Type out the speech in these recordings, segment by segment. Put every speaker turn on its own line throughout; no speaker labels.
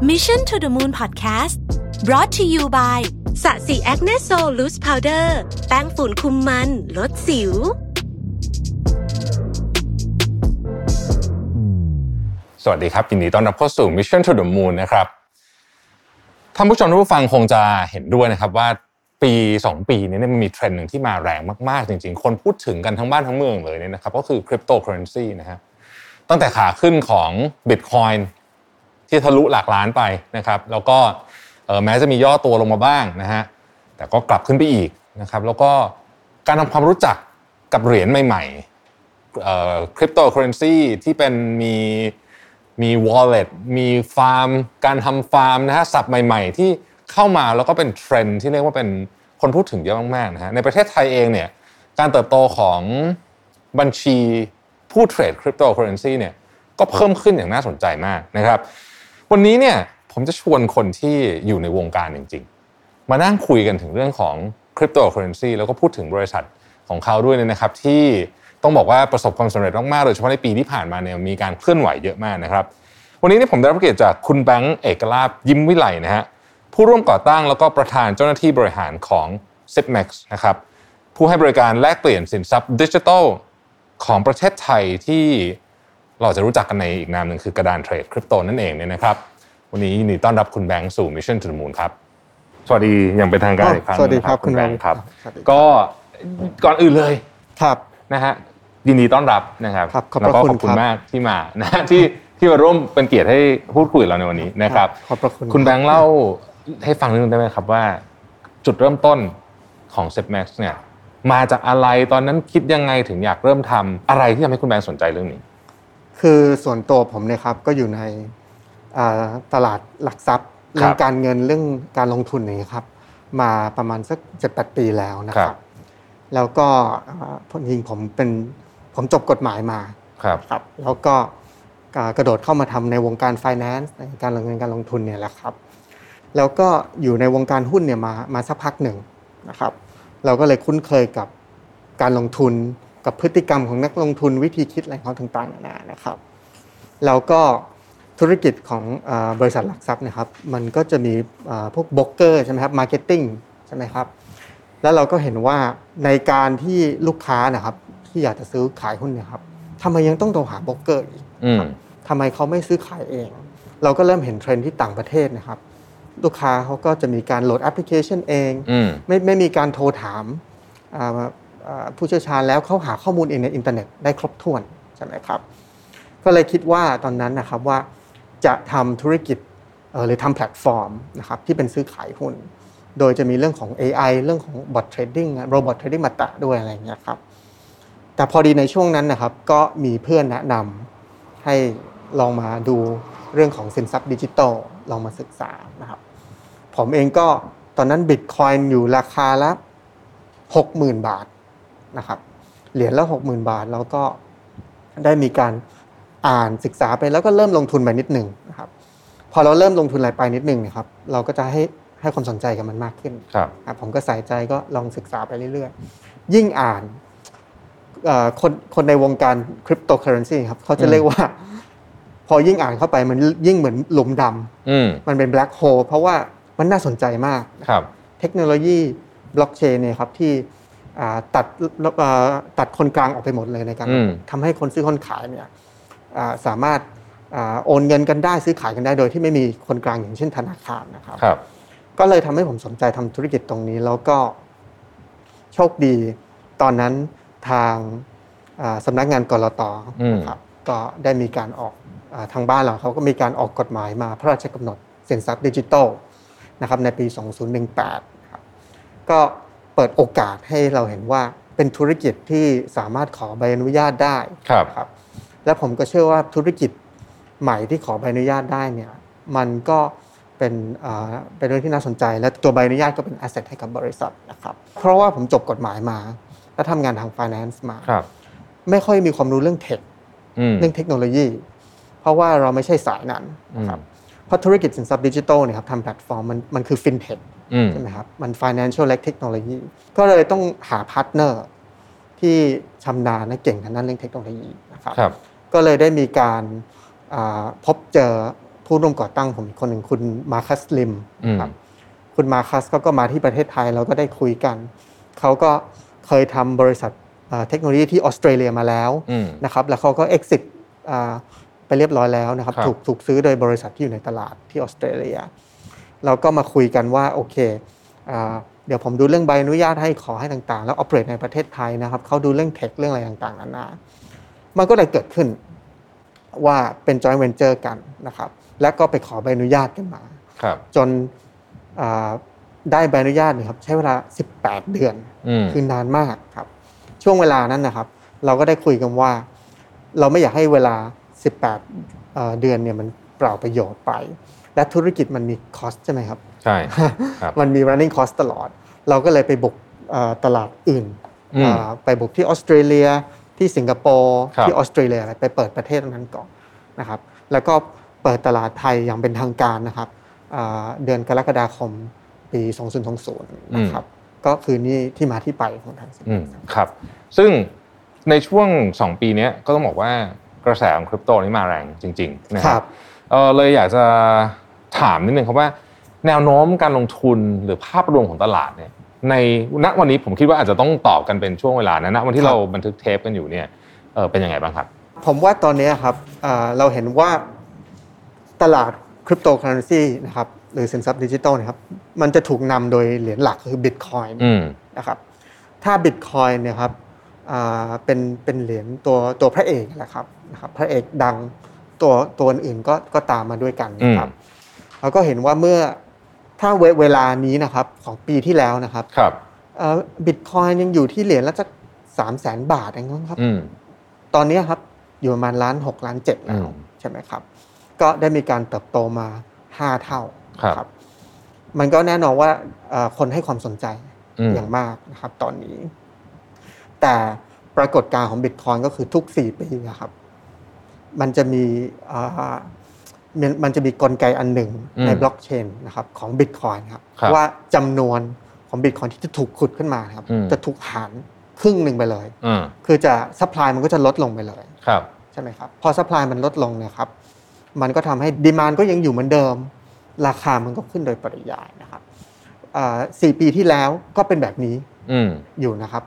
Mission to the Moon Podcast brought to you by
สะสีแอคเนโซลูสพาวเดอร์แป้งฝุ่นคุมมัน ลดสิว
สวัสดีครับ ยินดีต้อนรับเข้าสู่ Mission to the Moon นะครับท่านผู้ชมท่านผู้ฟังคงจะเห็นด้วยนะครับว่าปี 2 ปีนี้เนี่ยมันมีเทรนด์หนึ่งที่มาแรงมาก ๆ จริง ๆ คนพูดถึงกันทั้งบ้านทั้งเมืองเลยเนี่ยนะครับก็คือคริปโตเคอเรนซีนะฮะตั้งแต่ขาขึ้นของ Bitcoin ที่ทะลุหลักล้านไปนะครับแล้วก็เอ่อแม้จะมีย่อตัวลงมาบ้างนะฮะแต่ก็กลับขึ้นไปอีกนะครับแล้วก็การทำความรู้จักกับเหรียญใหม่ ๆ คริปโตเคอเรนซีที่เป็นมีมี wallet มีฟาร์ม การทำฟาร์มนะฮะสับใหม่ๆ ที่เข้ามาแล้วก็เป็นเทรนด์ที่เรียกว่าเป็นคนพูดถึงเยอะมากๆนะฮะในประเทศไทยเองเนี่ยการเติบโตของบัญชีผู้เทรดคริปโตเคอเรนซีเนี่ยก็เพิ่มขึ้นอย่างน่าสนใจมากนะครับ วันนี้เนี่ยผมจะชวนคนที่อยู่ในวงการจริง ๆ มานั่งคุยกันถึงเรื่องของคริปโตเคอเรนซีแล้วก็พูดถึงบริษัทของเขาด้วยเนี่ยนะครับ ที่ต้องบอกว่าประสบความสำเร็จมากๆโดยเฉพาะในปีที่ผ่านมาเนี่ยมีการเคลื่อนไหวเยอะมากนะครับ วันนี้เนี่ยผมได้รับเกียรติจากคุณแบงค์เอกลาบยิ้มวิไลนะฮะผู้ร่วมก่อตั้งแล้วก็ประธานเจ้าหน้าที่บริหารของ s i p m a x นะครับผู้ให้บริการแลกเปลี่ยนสินทรัพย์ดิจิทัลของประเทศไทยที่เราจะรู้จักกันในอีกนามหนึ่งคือกระดานเทรดคริปโตนั่นเองเนี่ยนะครับวันนี้ยินดีต้อนรับคุณแบงค์สู่ Mission to the Moon ครับ สวัสดีอย่างเป็นทางการอีกครั้ง
สวัสดีครับ
นะคุณแบงค์
คุณแบงค์
ครับ
ครับ
ก็ก่อนอื่นเลย
ครับ
นะฮะยินดีต้อนรับนะครับ
ครับขอบพ
แล้ว
ระ
ก็
คุ
ข
ณ
อบคุณ
ครับ
มากที่มา นะฮะที่ที่มาร่วมเป็นเกียรติให้พูดคุยกับเราในวันนี้นะครับ
ขอบพระคุณ
คุณแบงค์เล่าให้ฟังนิดนึงได้ไหมครับว่า จุดเริ่มต้นของเซฟแม็กซ์เนี่ยมาจากอะไรตอนนั้นคิดยังไงถึงอยากเริ่มทำอะไรที่ทำให้คุณแบงค์สนใจเรื่องนี้
คือส่วนตัวผมเนี่ยครับก็อยู่ในอ่าตลาดหลักทรัพย์
ครั
เรื่
บ
องการเงินเรื่องการลงทุนอย่างนี้ยครับ มาประมาณสักเจ็ดแปดปีแล้วนะค
ครั
รับ บ แล้วก็อ่าผลยิงผมเป็นผมจบกฎหมายมา
ครับ
ครับ แล้วก็อ่ากระโดดเข้ามาทำในวงการ finance ในการลงเงินการลงทุนเนี่ยแหละครับ แล้วก็อยู่ในวงการหุ้นเนี่ยมามาสักพักหนึ่งนะครับ เราก็เลยคุ้นเคยกับการลงทุนกับพฤติกรรมของนักลงทุนวิธีคิดอะไรของเขาต่างๆนานานะครับแล้วก็ธุรกิจของเออบริษัทหลักทรัพย์นะครับมันก็จะมีเอ่อพวกบล็อกเกอร์ใช่ไหมครับมาร์เก็ตติ้งใช่ไหมครับแล้วเราก็เห็นว่าในการที่ลูกค้านะครับที่อยากจะซื้อขายหุ้นเนะครับทำไมยังต้องโทรหาบล็อกเกอร์อีก
อืม
ทำไมเขาไม่ซื้อขายเอง เราก็เริ่มเห็นเทรนด์ที่ต่างประเทศนะครับ ลูกค้าเขาก็จะมีการโหลดแอปพลิเคชันเอง
อืม
ไม่ไม่มีการโทรถามอ่าอ่าผู้เชี่ยวชาญแล้วเขาหาข้อมูลเองในอินเทอร์เน็ตได้ครบถ้วนใช่ไหมครับ ก็เลยคิดว่าตอนนั้นนะครับว่าจะทำธุรกิจเอ่อหรือทำแพลตฟอร์มนะครับที่เป็นซื้อขายหุ้น โดยจะมีเรื่องของ AI เรื่องของ bot trading โรบอทเทรดดิ้งมาตะด้วยอะไรอย่างเงี้ยครับ แต่พอดีในช่วงนั้นนะครับก็มีเพื่อนแนะนำให้ลองมาดูเรื่องของสินทรัพย์ดิจิตอลลองมาศึกษานะครับ ผมเองก็ตอนนั้นบิตคอยน์อยู่ราคาละหกหมื่นบาทนะครับเหรียญละหกหมื่นบาท แล้วก็ได้มีการอ่านศึกษาไปแล้วก็เริ่มลงทุนไปนิดหนึ่งนะครับ พอเราเริ่มลงทุนอะไรไปนิดหนึ่งเนะครับ เราก็จะให้ให้ความสนใจกับมันมากขึ้น
ครับ
อ่ะผมก็ใส่ใจก็ลองศึกษาไปเรื่อยๆ ยิ่งอ่านเอ่อคนคนในวงการคริปโตเคอเรนซีครับเขาจะเรียกว่า พอยิ่งอ่านเข้าไปมันยิ่งเหมือนหลุมดำ
อืม
มันเป็นแบล็คโฮลเพราะว่ามันน่าสนใจมาก
ครับ
เทคโนโลยีบล็อกเชนเนี่ยครับที่อ่าตัดเอ่อตัดคนกลางออกไปหมดเลยในการ
อืม
ทำให้คนซื้อคนขายเนี่ยอ่าสามารถอ่าโอนเงินกันได้ซื้อขายกันได้โดยที่ไม่มีคนกลางอย่างเช่นธนาคารนะครับ
ครับ
ก็เลยทำให้ผมสนใจทำธุรกิจตรงนี้แล้วก็โชคดี ตอนนั้นทางอ่าสำานักงานกรต
อืม
นะครับก็ได้มีการออกอาทางบ้านเราเขาก็มีการออกกฎหมายมาพระราชกำหนดสินทรัพย์ดิจิทัลนะครับในปี 2018นะครับก็เปิดโอกาสให้เราเห็นว่าเป็นธุรกิจที่สามารถขอใบอนุญาตได้
ครับ
ครับและผมก็เชื่อว่าธุรกิจใหม่ที่ขอใบอนุญาตได้เนี่ยมันก็เป็นเอ่อเป็นเรื่องที่น่าสนใจ และตัวใบอนุญาตก็เป็น asset ให้กับบริษัทนะครับเพราะว่าผมจบกฎหมายมา และทำงานทาง finance มา
ครับ
ไม่ค่อยมีความรู้เรื่องเทค
อืม
เรื่องเทคโนโลยี เพราะว่าเราไม่ใช่สายนั้น
อืม
เพราะธุรกิจสินทรัพย์ดิจิทัลเนี่ยครับทำแพลตฟอร์มมันมันคือ fintech
อืม
ใช่ไหมครับมัน financial และ technology ก็เลยต้องหาพาร์ทเนอร์ที่ชำนาญและเก่งทางด้านเรื่องเทคโนโลยีนะครับ
ครับ
ก็เลยได้มีการอ่าพบเจอ ผู้ร่วมก่อตั้งผมอีกคนหนึ่งคุณมาคัสลิม
อืม
ครับ คุณมาคัสก็ก็มาที่ประเทศไทยเราก็ได้คุยกัน เขาก็เคยทำบริษัทเอ่อเทคโนโลยีที่ออสเตรเลียมาแล้ว
อืม
นะครับแล้วเขาก็ exit อ่าไปเรียบร้อยแล้วนะครับ
ครับ
ถูกถูกซื้อโดยบริษัทที่อยู่ในตลาดที่ออสเตรเลีย เราก็มาคุยกันว่าโอเคอ่าเดี๋ยวผมดูเรื่องใบอนุญาตให้ขอให้ต่างๆ แล้ว operate ในประเทศไทยนะครับเขาดูเรื่องเทคเรื่องอะไรต่างๆนานา มันก็เลยเกิดขึ้นว่าเป็น joint venture กันนะครับแล้วก็ไปขอใบอนุญาตกันมา
ครับ
จนอ่าได้ใบอนุญาตเนะครับใช้เวลา 18 เดือน
อืม
คือนานมากครับ ช่วงเวลานั้นนะครับ เราก็ได้คุยกันว่า เราไม่อยากให้เวลา 18เอ่อเดือนเนี่ยมันเปล่าประโยชน์ไป และธุรกิจมันมีคอสใช่ไหมครับ
ใช่ ครับ
มันมี running cost ตลอด เราก็เลยไปบุกเอ่อตลาดอื่น
อืม
อ่าไปบุกที่ออสเตรเลีย ที่สิงคโปร์
ครับ
ที่ออสเตรเลียอะไรไปเปิดประเทศนั้นก่อนนะครับ แล้วก็เปิดตลาดไทยอย่างเป็นทางการนะครับอ่าเดือนกรกฎาคมปี 2020นะครับก็คือนี่ที่มาที่ไปของทางสิงค
อืม
โปร์
ครับ ซึ่งในช่วง 2 ปีเนี้ยก็ต้องบอกว่ากระแสของคริปโตนี่มาแรงจริงๆนะค
ครั
รับบ เอ่อเลยอยากจะถามนิดนึงครับว่า แนวโน้มการลงทุนหรือภาพรวมของตลาดเนี่ยในณวันนี้ผมคิดว่าอาจจะต้องตอบกันเป็นช่วงเวลานะณวันที่
ครับ
เราบันทึกเทปกันอยู่เนี่ยเอ่อเป็นยังไงบ้างครับ
ผมว่าตอนนี้ครับอ่าเราเห็นว่าตลาดคริปโตเคอเรนซีนะครับหรือสินทรัพย์ดิจิทัลเนะครับมันจะถูกนำโดยเหรียญหลักคือบิตคอยน์
อืม
นะครับถ้าบิตคอยน์เนี่ยครับอ่าเป็นเป็นเหรียญตัวตัวพระเอกแหละครับนะครับพระเอกดังตัวตัวอื่นๆก็ก็ตามมาด้วยกันนะครับ
อื
เราก็เห็นว่าเมื่อถ้าเวเวลานี้นะครับของปีที่แล้วนะครับ
ครับ
บิตคอยน์ยังอยู่ที่เหรียญละสักสามแสนบาทเองมั้งครับ
อืม
ตอนนี้ครับอยู่ประมาณล้านหกล้านเจ็ดแล้ว
อืม
ใช่ไหมครับ ก็ได้มีการเติบโตมาห้าเท่า
ครับ
มันก็แน่นอนว่าเอ่อคนให้ความสนใจ
อืม
อย่างมากนะครับ ตอนนี้ แต่ปรากฏการณ์ของบิตคอยก็คือทุกสี่ปีนะครับ มันจะมีเอ่อมันมันจะมีกลไกอันหนึ่ง
อืม
ในบล็อกเชนนะครับ ของบิตคอยครับ
ครับ
ว่าจำนวนของบิตคอยที่จะถูกขุดขึ้นมานะครับ
อืม
จะถูกหารครึ่งหนึ่งไปเลย
อ่า
คือจะสป라이มันก็จะลดลงไปเลย
ครับ
ใช่ไหมครับ พอสป l y มันลดลงเนะครับ มันก็ทำให้ดีมานก็ยังอยู่เหมือนเดิม ราคามันก็ขึ้นโดยปริยายนะครับอ่าสี่ปีที่แล้วก็เป็นแบบนี้
อืม
อยู่นะครับ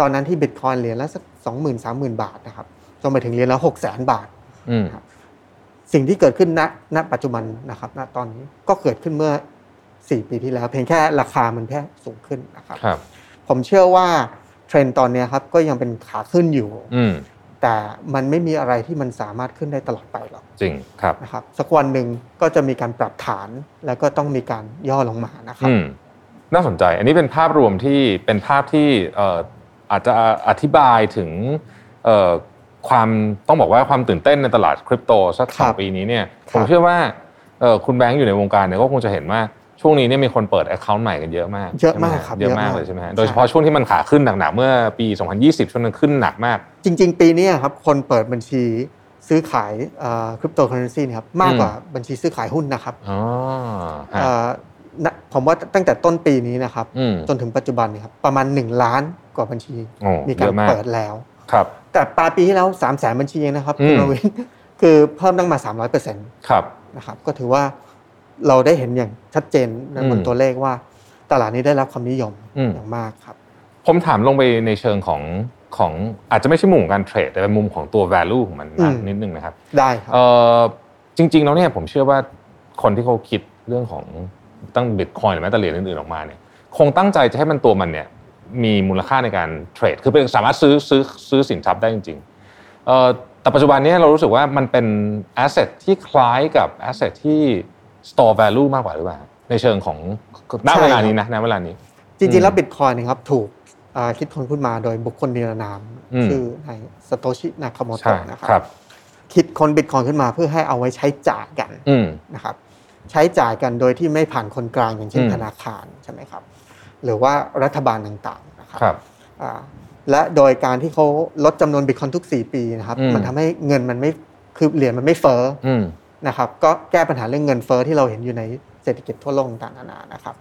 ตอนนั้นที่บิตคอยเหรียญละสักสองหมื่นสามหมื่นบาทนะครับจนไปถึงเหรียญละหกแสนบาท
อืม
สิ่งที่เกิดขึ้นณณปัจจุบันนะครับ ณตอนนี้ก็เกิดขึ้นเมื่อสี่ปีที่แล้ว เพียงแค่ราคามันแค่สูงขึ้นนะครับ
ครับ
ผมเชื่อว่าเทรนด์ตอนเนี้ยครับก็ยังเป็นขาขึ้นอยู่
อืม
แต่มันไม่มีอะไรที่มันสามารถขึ้นได้ตลอดไปหรอก
จริง ครับ
นะครับสักวันหนึ่งก็จะมีการปรับฐานแล้วก็ต้องมีการย่อลงมานะครับ
อืมน่าสนใจอันนี้เป็นภาพรวมที่เป็นภาพที่เอ่ออาจจะอธิบายถึงเอ่อความต้องบอกว่าความตื่นเต้นในตลาดคริปโตสัก
ค
ส
รั
อง
บ
ปีนี้เนี่ย
ค
ผ
รับ
มเชื่อว่าเอ่อคุณแบงค์อยู่ในวงการเนี่ยก็คงจะเห็นว่าช่วงนี้เนี่ยมีคนเปิด Account ใหม่กันเยอะมาก
เยอะมาก
ใช่ไหฮ
ครับ
เยอะ
เย
มาม
อะากก
เลยใช่ไหมฮะ
ใช่
โดยเฉพาะช่วงที่มันขาขึ้นหนักๆเมื่อปี 2020 ช่วงนั้นขึ้นหนักมาก
จริง ๆ ปีนี้ครับคนเปิดบัญชีซื้อขายคริปโตเคอเรนซีนะครับมากกว่าบัญชีซื้อขายหุ้นนะครับ
อ๋อฮะ
เอ่อณผมว่าตั้งแต่ต้นปีนี้นะครับ
อืม
จนถึงปัจจุบันเนยครับประมาณ 1 ล้านกว่าบัญชี
โอ้
มี
เย
การ
อะมาก
เปิดแล้ว
ครับ
แต่ปลายปีที่แล้ว3 0 0แสนบัญชีเองนะครับ
อืม
คุณประวินคือเพิ่มตั้งมา 300%
ครับ
นะครับก็ถือว่าเราได้เห็นอย่างชัดเจนนะบนตัวเลขว่าตลาดนี้ได้รับความนิยม
อืม
อย่างมากครับ
ผมถามลงไปในเชิงของของอาจจะไม่ใช่มุมของการเทรดแต่เป็นมุมของตัว value ของมัน
อื
นะ
ม
นิดนึงนะครับ
ได้ครับ
เอ่อจริงๆแล้วเนี่ยผมเชื่อว่าคนที่เขาคิดเรื่องของตั้งบิตคอยหรือแม้แต่เหรียญอื่นๆออกมาเนี่ยคงตั้งใจจะให้มันตัวมันเนี่ยมีมูลค่าในการเทรดคือเป็นสามารถซื้อซื้อซื้อสินทรัพย์ได้จริงๆเอ่อแต่ปัจจุบันเนี้เรารู้สึกว่ามันเป็น asset ที่คล้ายกับ asset ที่ store value มากกว่าหรือเปล่าในเชิงของณเวลานี้นะณเวลานี้
จริงๆ แล้วบิตคอยนะครับถูกเอ่อคิดค้นขึ้นมาโดยบุคคลนิรนาม
อืม
ชื่อในสโตชินาคาโม
ใช่
โตะนะ
ค
ค
รั
รับ บคิดค้นบิตคอยขึ้นมาเพื่อให้เอาไว้ใช้จ่ายกัน
อืม
นะครับใช้จ่ายกันโดยที่ไม่ผ่านคนกลางอย่างเช่น
อืม
ธนาคารใช่ไหมครับหรือว่ารัฐบาลต่างๆนะครับ
ครับ
อ่าและโดยการที่เขาลดจำนวนบิตคอยทุก 4 ปีนะครับ
อืม
มันทำให้เงินมันไม่คือเหรียญมันไม่เฟ้อ
อืม
นะครับ ก็แก้ปัญหาเรื่องเงินเฟ้อที่เราเห็นอยู่ในเศรษฐกิจทั่วโลกต่างๆนานานะครับ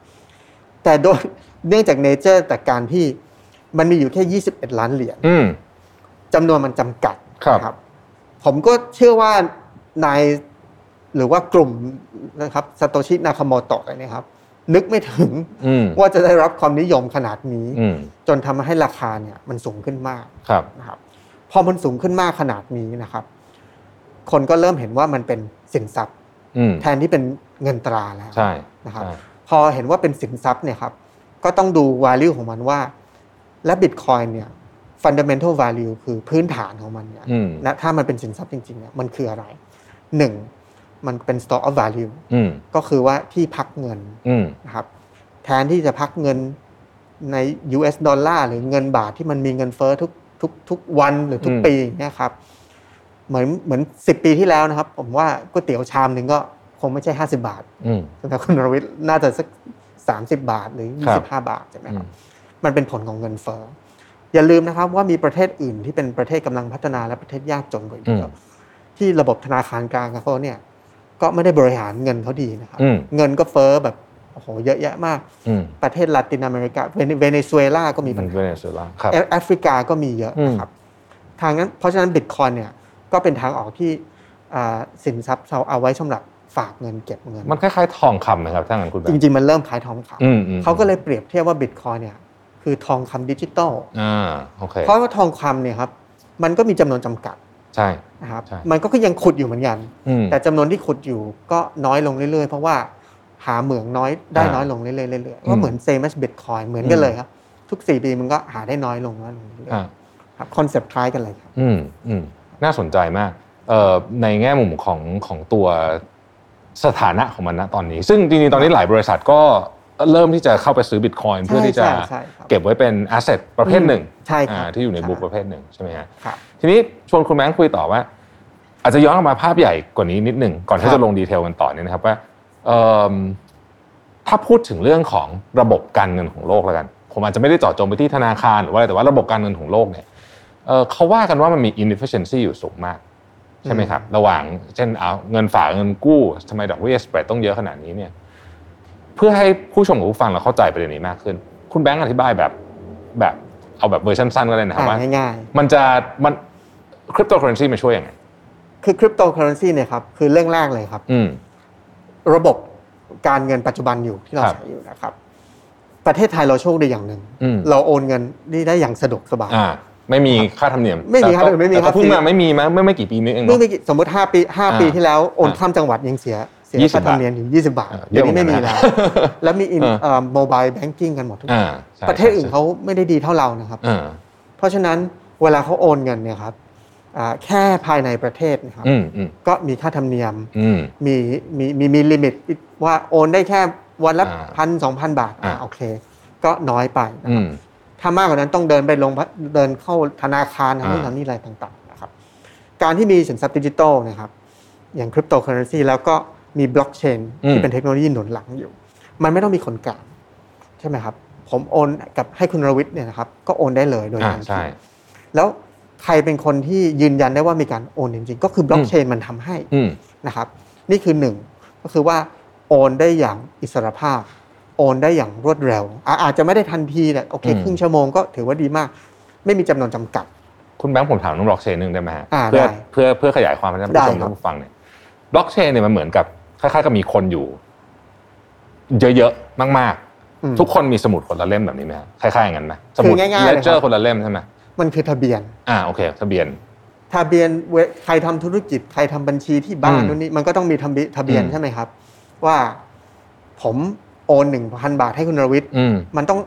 แต่โดยเนื่อง จากเนเจอร์แต่การที่มันมีอยู่แค่ 21 ล้านเหรียญ
อืม
จำนวนมันจำกัด
ครับ
นะผมก็เชื่อว่านาย หรือว่ากลุ่มนะครับซาโตชินาคาโมโตะอะไรเนี่ยครับ นึกไม่ถึง
อืม
ว่าจะได้รับความนิยมขนาดนี้
อืม
จนทำให้ราคาเนี่ยมันสูงขึ้นมาก
ครับ
นะครับพอมันสูงขึ้นมากขนาดนี้นะครับ คนก็เริ่มเห็นว่ามันเป็นสินทรัพย์
อืม
แทนที่เป็นเงินตราแล้ว
ใช่
นะครับ
ใช่
พอเห็นว่าเป็นสินทรัพย์เนี่ยครับก็ต้องดู value ของมันว่า และบิตคอยเนี่ย fundamental value คือพื้นฐานของมันเนี่ย
อืม
นะถ้ามันเป็นสินทรัพย์จริงๆเนี่ยมันคืออะไรหนึ่งมันเป็น store of value
อืม
ก็คือว่าที่พักเงิน
อืม
นะครับแทนที่จะพักเงินใน US ดอลลาร์หรือเงินบาทที่มันมีเงินเฟ้อทุกทุกทุกวันหรือทุกปีอย่างเนี่ยครับเหมือนเหมือนสิปีที่แล้วนะครับ ผมว่าก๋วยเตี๋ยวชามหนึ่งก็คงไม่ใช่ 50 บาท
อืม
แต่คุณรวิทย์น่าจะสัก 30 บาทหรือ
ครับ
25 บาทใช่ไหม
อื
ครั
ม
บ มันเป็นผลของเงินเฟ้อ อย่าลืมนะครับว่ามีประเทศอื่นที่เป็นประเทศกำลังพัฒนาและประเทศยากจนกว่าเยอะที่ระบบธนาคารกลางของเขาเนี่ยก็ไม่ได้บริหารเงินเขาดีนะครับ
อืม
เงินก็เฟ้อแบบโอ้โหเยอะแยะมาก
อืม
ประเทศลาตินอเมริกาเวเนเวเนซุเอลาก็มี
มั
ปัญ
น
หา
เป็นสุดละครับ
แอฟแอฟริกาก็มีเยอะนะครับทางนั้นเพราะฉะนั้นบิตคอยเนี่ยก็เป็นทางออกที่อ่าสินทรัพย์เราเอาไว้สำหรับฝากเงินเก็บเงิน
มันคล้ายๆทองคำไหมครับถ้างั้นคุณแบ
จ
งค์
ริง ๆ มันเริ่มขายทองค
อืมอืม
ำเขาก็เลยเปรียบเทียบว่าบิตคอยเนี่ยคือทองคำดิจิตอล
อ่าโอเค
เพราะว่าทองคำเนี่ยครับมันก็มีจำนวนจำกัด
ใช่
นะครับ
ใช่
มันก็ยังขุดอยู่เหมือนกัน
อืม
แต่จำนวนที่ขุดอยู่ก็น้อยลงเรื่อยๆ เพราะว่าหาเหมืองน้อยได้
อ่า
น้อยลงเรื่อยๆเรื่อย
อืม
ๆก็เหมือนเซมัสบิตคอยเหมือนกั
อื
น
ม
เลยครับ ทุก 4 ปีมันก็หาได้น้อยลงน้อยลงเรื่อย
อ่า
ๆครับคอนเซปต์คล้ายกันเลยครับ
อืมอืมน่าสนใจมากเอ่อในแง่มุมของของตัวสถานะของมันนะตอนนี้ ซึ่งจริงๆ ตอนนี้หลายบริษัทก็เริ่มที่จะเข้าไปซื้อบิตคอยน์เพื่อที่จะ
ใช่ใช่ใช่ครับ
เก็บไว้เป็นแอสเซทประเภทหนึ่ง
ใช่ครับ
อ่าที่อยู่ในบุ๊ก
ใช่
ประเภทหนึ่งใช่ไหมฮะ
ครับ
ทีนี้ชวนคุณแบงค์คุยต่อว่า อาจจะย้อนกลับมาภาพใหญ่กว่านี้นิดหนึ่งก่อน
ครั
ที่
บ
จะลงดีเทลกันต่อเนี่ยนะครับว่าเอิ่มถ้าพูดถึงเรื่องของระบบการเงินของโลกแล้วกัน ผมอาจจะไม่ได้เจาะจงไปที่ธนาคารหรือว่าอะไรแต่ว่าระบบการเงินของโลกเนี่ย เอ่อเขาว่ากันว่ามันมี inefficiency อยู่สูงมาก ใช่ไหมครับ ระหว่างเช่นเอาเงินฝากเงินกู้ทำไมดอกเบี้ยสเปรดต้องเยอะขนาดนี้เนี่ย เพื่อให้ผู้ชมกับผู้ฟังเราเข้าใจประเด็นนี้มากขึ้น คุณแบงค์อธิบายแบบแบบเอาแบบเวอร์ชันสั้นก็ได้นะครับว่า
อ่าง่าย
มันจะมันคริปโตเคอเรนซีมันช่วยยังไง
ๆ คือคริปโตเคอเรนซีเนี่ยครับคือเรื่องแรกเลยครับ
อืม
ระบบการเงินปัจจุบันอยู่ที่เรา
ครับ
ใช้อยู่นะครับ ประเทศไทยเราโชคดีอย่างหนึ่ง
อืม
เราโอนเงินได้อย่างสะดวกสบาย
อ่า ไม่มีค่าธรรมเนียม
ไม่มีค่าธรรมเนียมไม่มี
แต่ก็
ค่า
เพิ่งมา
ฟรี
ไม่มีมั้ยเมื่อไม่กี่ปีนี้เอง
เมื่อ
เนาะ
ไม่กี่สมมติ 5 ปี 5 ปี
อ่า
ที่แล้วโอน
อ่า
ข้ามจังหวัดยังเสียเสีย
ยี่สิ
ค่า
บ
ธรรมเนียมอยู่ 20 บาท
เออเย
เดี๋ย
อะ
วนี้ไม่มี
เหมือนกั นนะ
แล้วแล้วมีอิน
เออ
โมบายแบงกิ้งกันหมดทุก
อ่าใช่
ประเทศอื่นเขาไม่ได้ดีเท่าเรานะครับ
อ่า
เพราะฉะนั้นเวลาเขาโอนเงินเนี่ยครับอ่าแค่ภายในประเทศนะครับ
อืมอืม
ก็มีค่าธรรมเนียม
อืม
มีมีมีมีลิมิตว่าโอนได้แค่วันละ
อ่า
พันสองพันบาทอ่า
อ่า
โอเค ก็น้อยไปนะ
อื
ครับ
ม
ถ้ามากกว่านั้นต้องเดินไปลงพักเดินเข้าธนาคารทำนู่น
อ่า
ทำนี่อะไรต่างๆนะครับ การที่มีสินทรัพย์ดิจิทัลนะครับ อย่างคริปโตเคอเรนซีแล้วก็มีบล็อกเชนที่เป็นเทคโนโลยีหนุนหลังอยู่ มันไม่ต้องมีคนกลางใช่ไหมครับ ผมโอนกับให้คุณรวิทย์เนี่ยนะครับ ก็โอนได้เลยโดย
อ่า
ทัน
ใช่
ทีแล้วใครเป็นคนที่ยืนยันได้ว่ามีการโอนจริงๆ ก็คือบล็อกเชนมันทำให้
อืม
นะครับ นี่คือหนึ่งก็คือว่าโอนได้อย่างอิสรภาพ โอนได้อย่างรวดเร็วอ่ะอาจจะไม่ได้ทันทีแหละโอเคครึ่งชั่วโมงก็ถือว่าดีมาก ไม่มีจำนวนจำกัด
คุณแบงค์ผมถามน้องบล็อกเชนหนึ่งได้ไหมฮะ
อ่า
เพื่อ
ได้
เพื่อเพื่อขยายความให้ท่านผู้ชม
ได้ครับ
ท่านผู้ฟังเนี่ยบล็อกเชนเนี่ยมันเหมือนกับคล้ายๆกับมีคนอยู่ เยอะๆมาก
อืม
ๆ ทุกคนมีสมุดคนละเล่มแบบนี้ไหมฮะคล้ายๆอย่างนั้นไหมสมุด
คือง่ายๆ
เล
เลยครับ
เจอร์คนละเล่มใช่ไหม
มันคือทะเบียน
อ่าโอเคทะเบียน
ทะเบียนเวใครทำธุรกิจใครทำบัญชีที่บ้าน
อืม
นู่นนี่มันก็ต้องมีทะเบียทะเบียน
อืม
ใช่ไหมครับ ว่าผมโอนหนึ่งพันบาทให้คุณรวิทย์
อืม
มันต้อง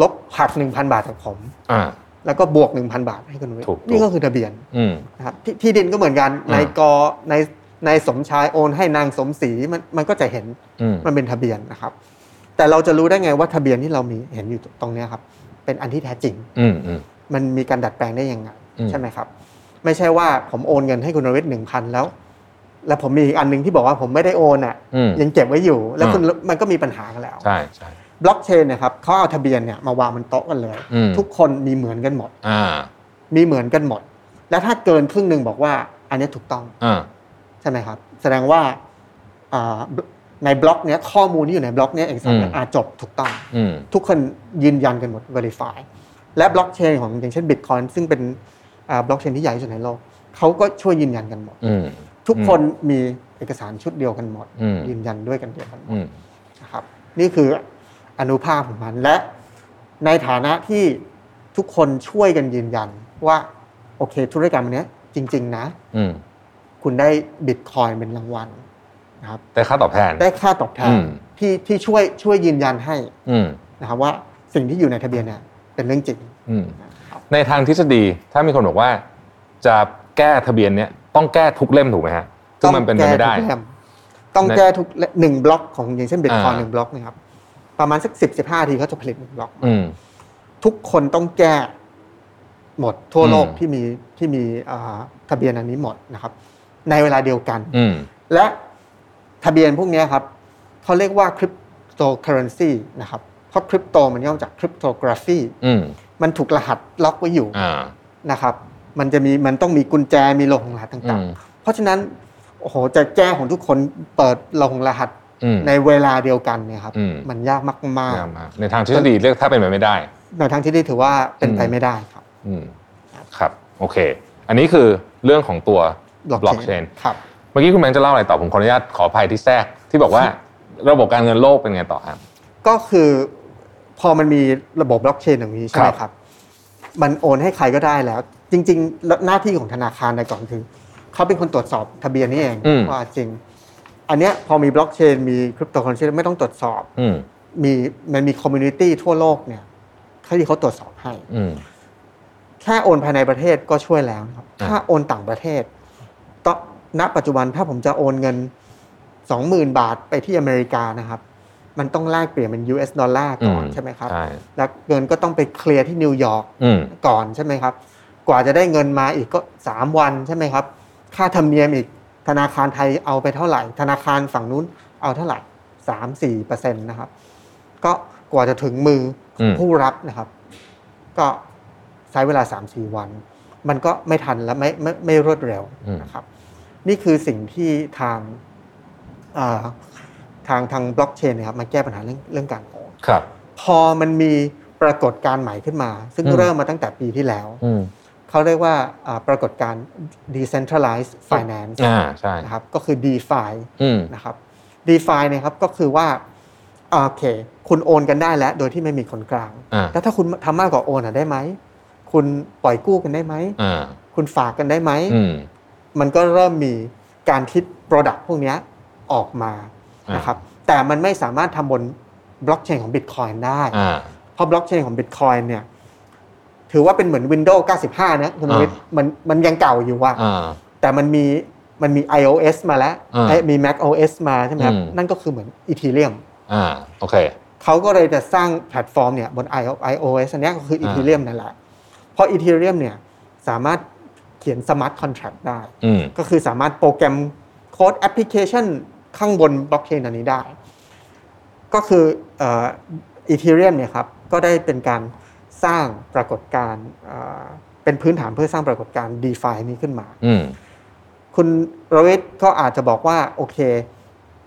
ลบหักหนึ่งพันบาทจากผม
อ่า
แล้วก็บวกหนึ่งพันบาทให้คุณรวิท
ถู
ย์
ก
นี่
ถูก
ก็คือทะเบียน
อืม
นะครับทที่ดินก็เหมือนกัน
อ่าน
นายกอนายนายสมชายโอนให้นางสมศรีมันมันก็จะเห็น
อืม
มันเป็นทะเบียนนะครับ แต่เราจะรู้ได้ไงว่าทะเบียนที่เรามีเห็นอยู่ตรงเนี้ยครับ เป็นอันที่แท้จริง
อืมอืม
มันมีการดัดแปลงได้ยังไง
อืม
ใช่ไหมครับ ไม่ใช่ว่าผมโอนเงินให้คุณรวิทย์หนึ่งพันแล้ว แล้วผมมีอีกอันหนึ่งที่บอกว่าผมไม่ได้โอนอ่ะ
อืม
ยังเก็บไว้อยู่ แล้ว
อ่า
คุณมันก็มีปัญหากันแล้ว
ใช่ใช่
บล็อกเชนเนะครับเขาเอาทะเบียนเนี่ยมาวางบนโต๊ะกันเลย
อืม
ทุกคนมีเหมือนกันหมด
อ่า
มีเหมือนกันหมด แล้วถ้าเกินครึ่งหนึ่งบอกว่า อันเนี้ยถูกต้อง
อ่า
ใช่ไหมครับ แสดงว่าอ่าในบล็อกเนี้ยข้อมูลที่อยู่ในบล็อกเนี้ยเอกสารเนี่ยอาจบถูกต้อง
อืม
ทุกคนยืนยันกันหมด Verify และบล็อกเชนของอย่างเช่น Bitcoin ซึ่งเป็นบล็อกเชนที่ใหญ่ที่สุดในโลกเขาก็ช่วยยืนยันกันหมด
อืม
ทุกคนมีเอกสารชุดเดียวกันหมด
อืม
ยืนยันด้วยกันเดียวกันหมด
อืม
นะครับ นี่คืออนุภาพของมันและในฐานะที่ทุกคนช่วยกันยืนยันว่า โอเค ธุรกรรมอันเนี้ยจริง ๆ นะ
อืม
คุณได้บิตคอยน์เป็นรางวัลนะครับ
ได้ค่าตอบแทน
ได้ค่าตอบแท
อื
น
ม
ที่ที่ช่วยช่วยยืนยันให้
อืม
นะครับว่าสิ่งที่อยู่ในทะเบียนเนี่ยเป็นเรื่องจริง
อืม
นะครับ
ในทางทฤษฎีถ้ามีคนบอกว่า จะแก้ทะเบียนเนี้ยต้องแก้ทุกเล่มถูกไหมฮะซึ่งมันเป็นไปไม่ได้
ทุกเล่มต้องแก้ทุกเล่มหนึ่งบล็อกของอย่างเช่นบิตคอยน์
อ่า
หนึ่งบล็อกเนะครับประมาณสักสิบสิบห้าทีเขาจะผลิตหนึ่งบล็อก
อืม
ทุกคนต้องแก้หมดทั่วโลก
อืม
ที่มีที่มีอ่าทะเบียนอันนี้หมดนะครับ ในเวลาเดียวกัน
อืม
และทะเบียนพวกเนี้ยครับเขาเรียกว่าคริปโตเคอเรนซีนะครับเพราะคริปโตมันย่อมาจากคริปโตกราฟี
อืม
มันถูกรหัสล็อกไว้อยู่
อ่า
นะครับ มันจะมีมันต้องมีกุญแจมีโลหะรหัสต่าง
อืม
ๆ เพราะฉะนั้นโอ้โหจะแก้ของทุกคนเปิดโลหะรหัส
อืม
ในเวลาเดียวกันเนี่ยครับ
อืม
มันยากมาก
ยากมากในทางทฤษฎีเรียกถ้าเป็นไปไม่ได้
ๆในทางที่ได้ถือว่าเป็นไป
อืม
ไม่ได้ครับ
อืมครับ โอเค อันนี้คือเรื่องของตัว blockchain
ครับ
เมื่อกี้คุณแบงค์จะเล่าอะไรต่อผมขออนุญาตขออภัยที่แทรกที่บอกว่า ระบบการเงินโลกเป็นไงต่อครับ
ก็คือพอมันมีระบบบล็อกเชนอย่างนี้ใช่ไหมครับ มันโอนให้ใครก็ได้แล้ว จริงๆแล้วหน้าที่ของธนาคารในก่อนคือ เขาเป็นคนตรวจสอบทะเบียนนี่เอง
อืม
ว่าจริง อันเนี้ยพอมีบล็อกเชนมีคริปโตเคอเรนซีไม่ต้องตรวจสอบ
อืม
มีมันมีคอมมูนิตี้ทั่วโลกเนี่ยที่เขาตรวจสอบให้
อืม
แค่โอนภายในประเทศก็ช่วยแล้วนะครับ
อ่า
ถ้าโอนต่างประเทศตอนณปัจจุบันถ้าผมจะโอนเงิน 20,000 บาทไปที่อเมริกานะครับ มันต้องแลกเปลี่ยนเป็น US ดอลลาร์
อื
ก่อนใช่ไหมครับ
ใช่
แล้วเงินก็ต้องไปเคลียร์ที่นิวยอร์ก
อืม
ก่อนใช่ไหมครับ กว่าจะได้เงินมาอีกก็ 3 วันใช่ไหมครับ ค่าธรรมเนียมอีก ธนาคารไทยเอาไปเท่าไหร่ ธนาคารฝั่งนู้นเอาเท่าไหร่สามสี่เปอร์เซ็นต์นะครับ ก็กว่าจะถึงมืออ
ม
ผู้รับนะครับ ก็ใช้เวลาสามสี่วัน มันก็ไม่ทันและไม่ไม่ไม่รวดเร็วนะครับ นี่คือสิ่งที่ทางเอ่อทางทางบล็อกเชนนะครับมาแก้ปัญหาเรื่องเรื่องการโอน
ครับ
พอมันมีปรากฏการณ์ใหม่ขึ้นมา ซึ่ง
อืม
เริ่มมาตั้งแต่ปีที่แล้ว
อืม
เขาเรียกว่าอ่าปรากฏการณ์ decentralized finance
อ่าใช่
นะครับก็คือ DeFi
อืม
นะครับ DeFi เนะครับก็คือว่าอ่าโอเค คุณโอนกันได้แล้ว โดยที่ไม่มีคนกลาง
อ่า
แล้วถ้าคุณทำมากกว่าโอนอะได้ไหม คุณปล่อยกู้กันได้ไหม
อ่า
คุณฝากกันได้ไหม
อืม
มันก็เริ่มมีการคิด Product พวกเนี้ยออกมา
อ่าน
นะครับแต่มันไม่สามารถทำบนบล็อกเชนของ Bitcoin ได้
อ่า
เพราะบล็อกเชนของ Bitcoin เนี่ยถือว่าเป็นเหมือน Windows 95 นะคุณ
อ่า
วิทย์มันมันยังเก่าอยู่ว่ะ
อ่า
แต่มันมีมันมี iOS มาแล้ว
อ่า
เอ้ยมี Mac OS มาใช่ไหมครับ
อืม
นั่นก็คือเหมือน Ethereum
อ่าโอเค
เขาก็เลยจะสร้างแพลตฟอร์มเนี่ยบน iO- iOS อันเนี้ยก็คือ
อ่า
Ethereum นั่นแหละ เพราะ Ethereum เนี่ยสามารถเขียน smart contract ได้
อืม
ก็คือสามารถโปรแกรมโค้ดแอปพลิเคชันข้างบนบล็อกเชนอันนี้ได้ ก็คือเอีเทเรียมเนี่ยครับก็ได้เป็นการสร้างปรากฏการณ์เอ่อเป็นพื้นฐานเพื่อสร้างปรากฏการณ์ d e f i นี้ขึ้นมา
อืม
คุณรวิทย์ก็อาจจะบอกว่า โอเค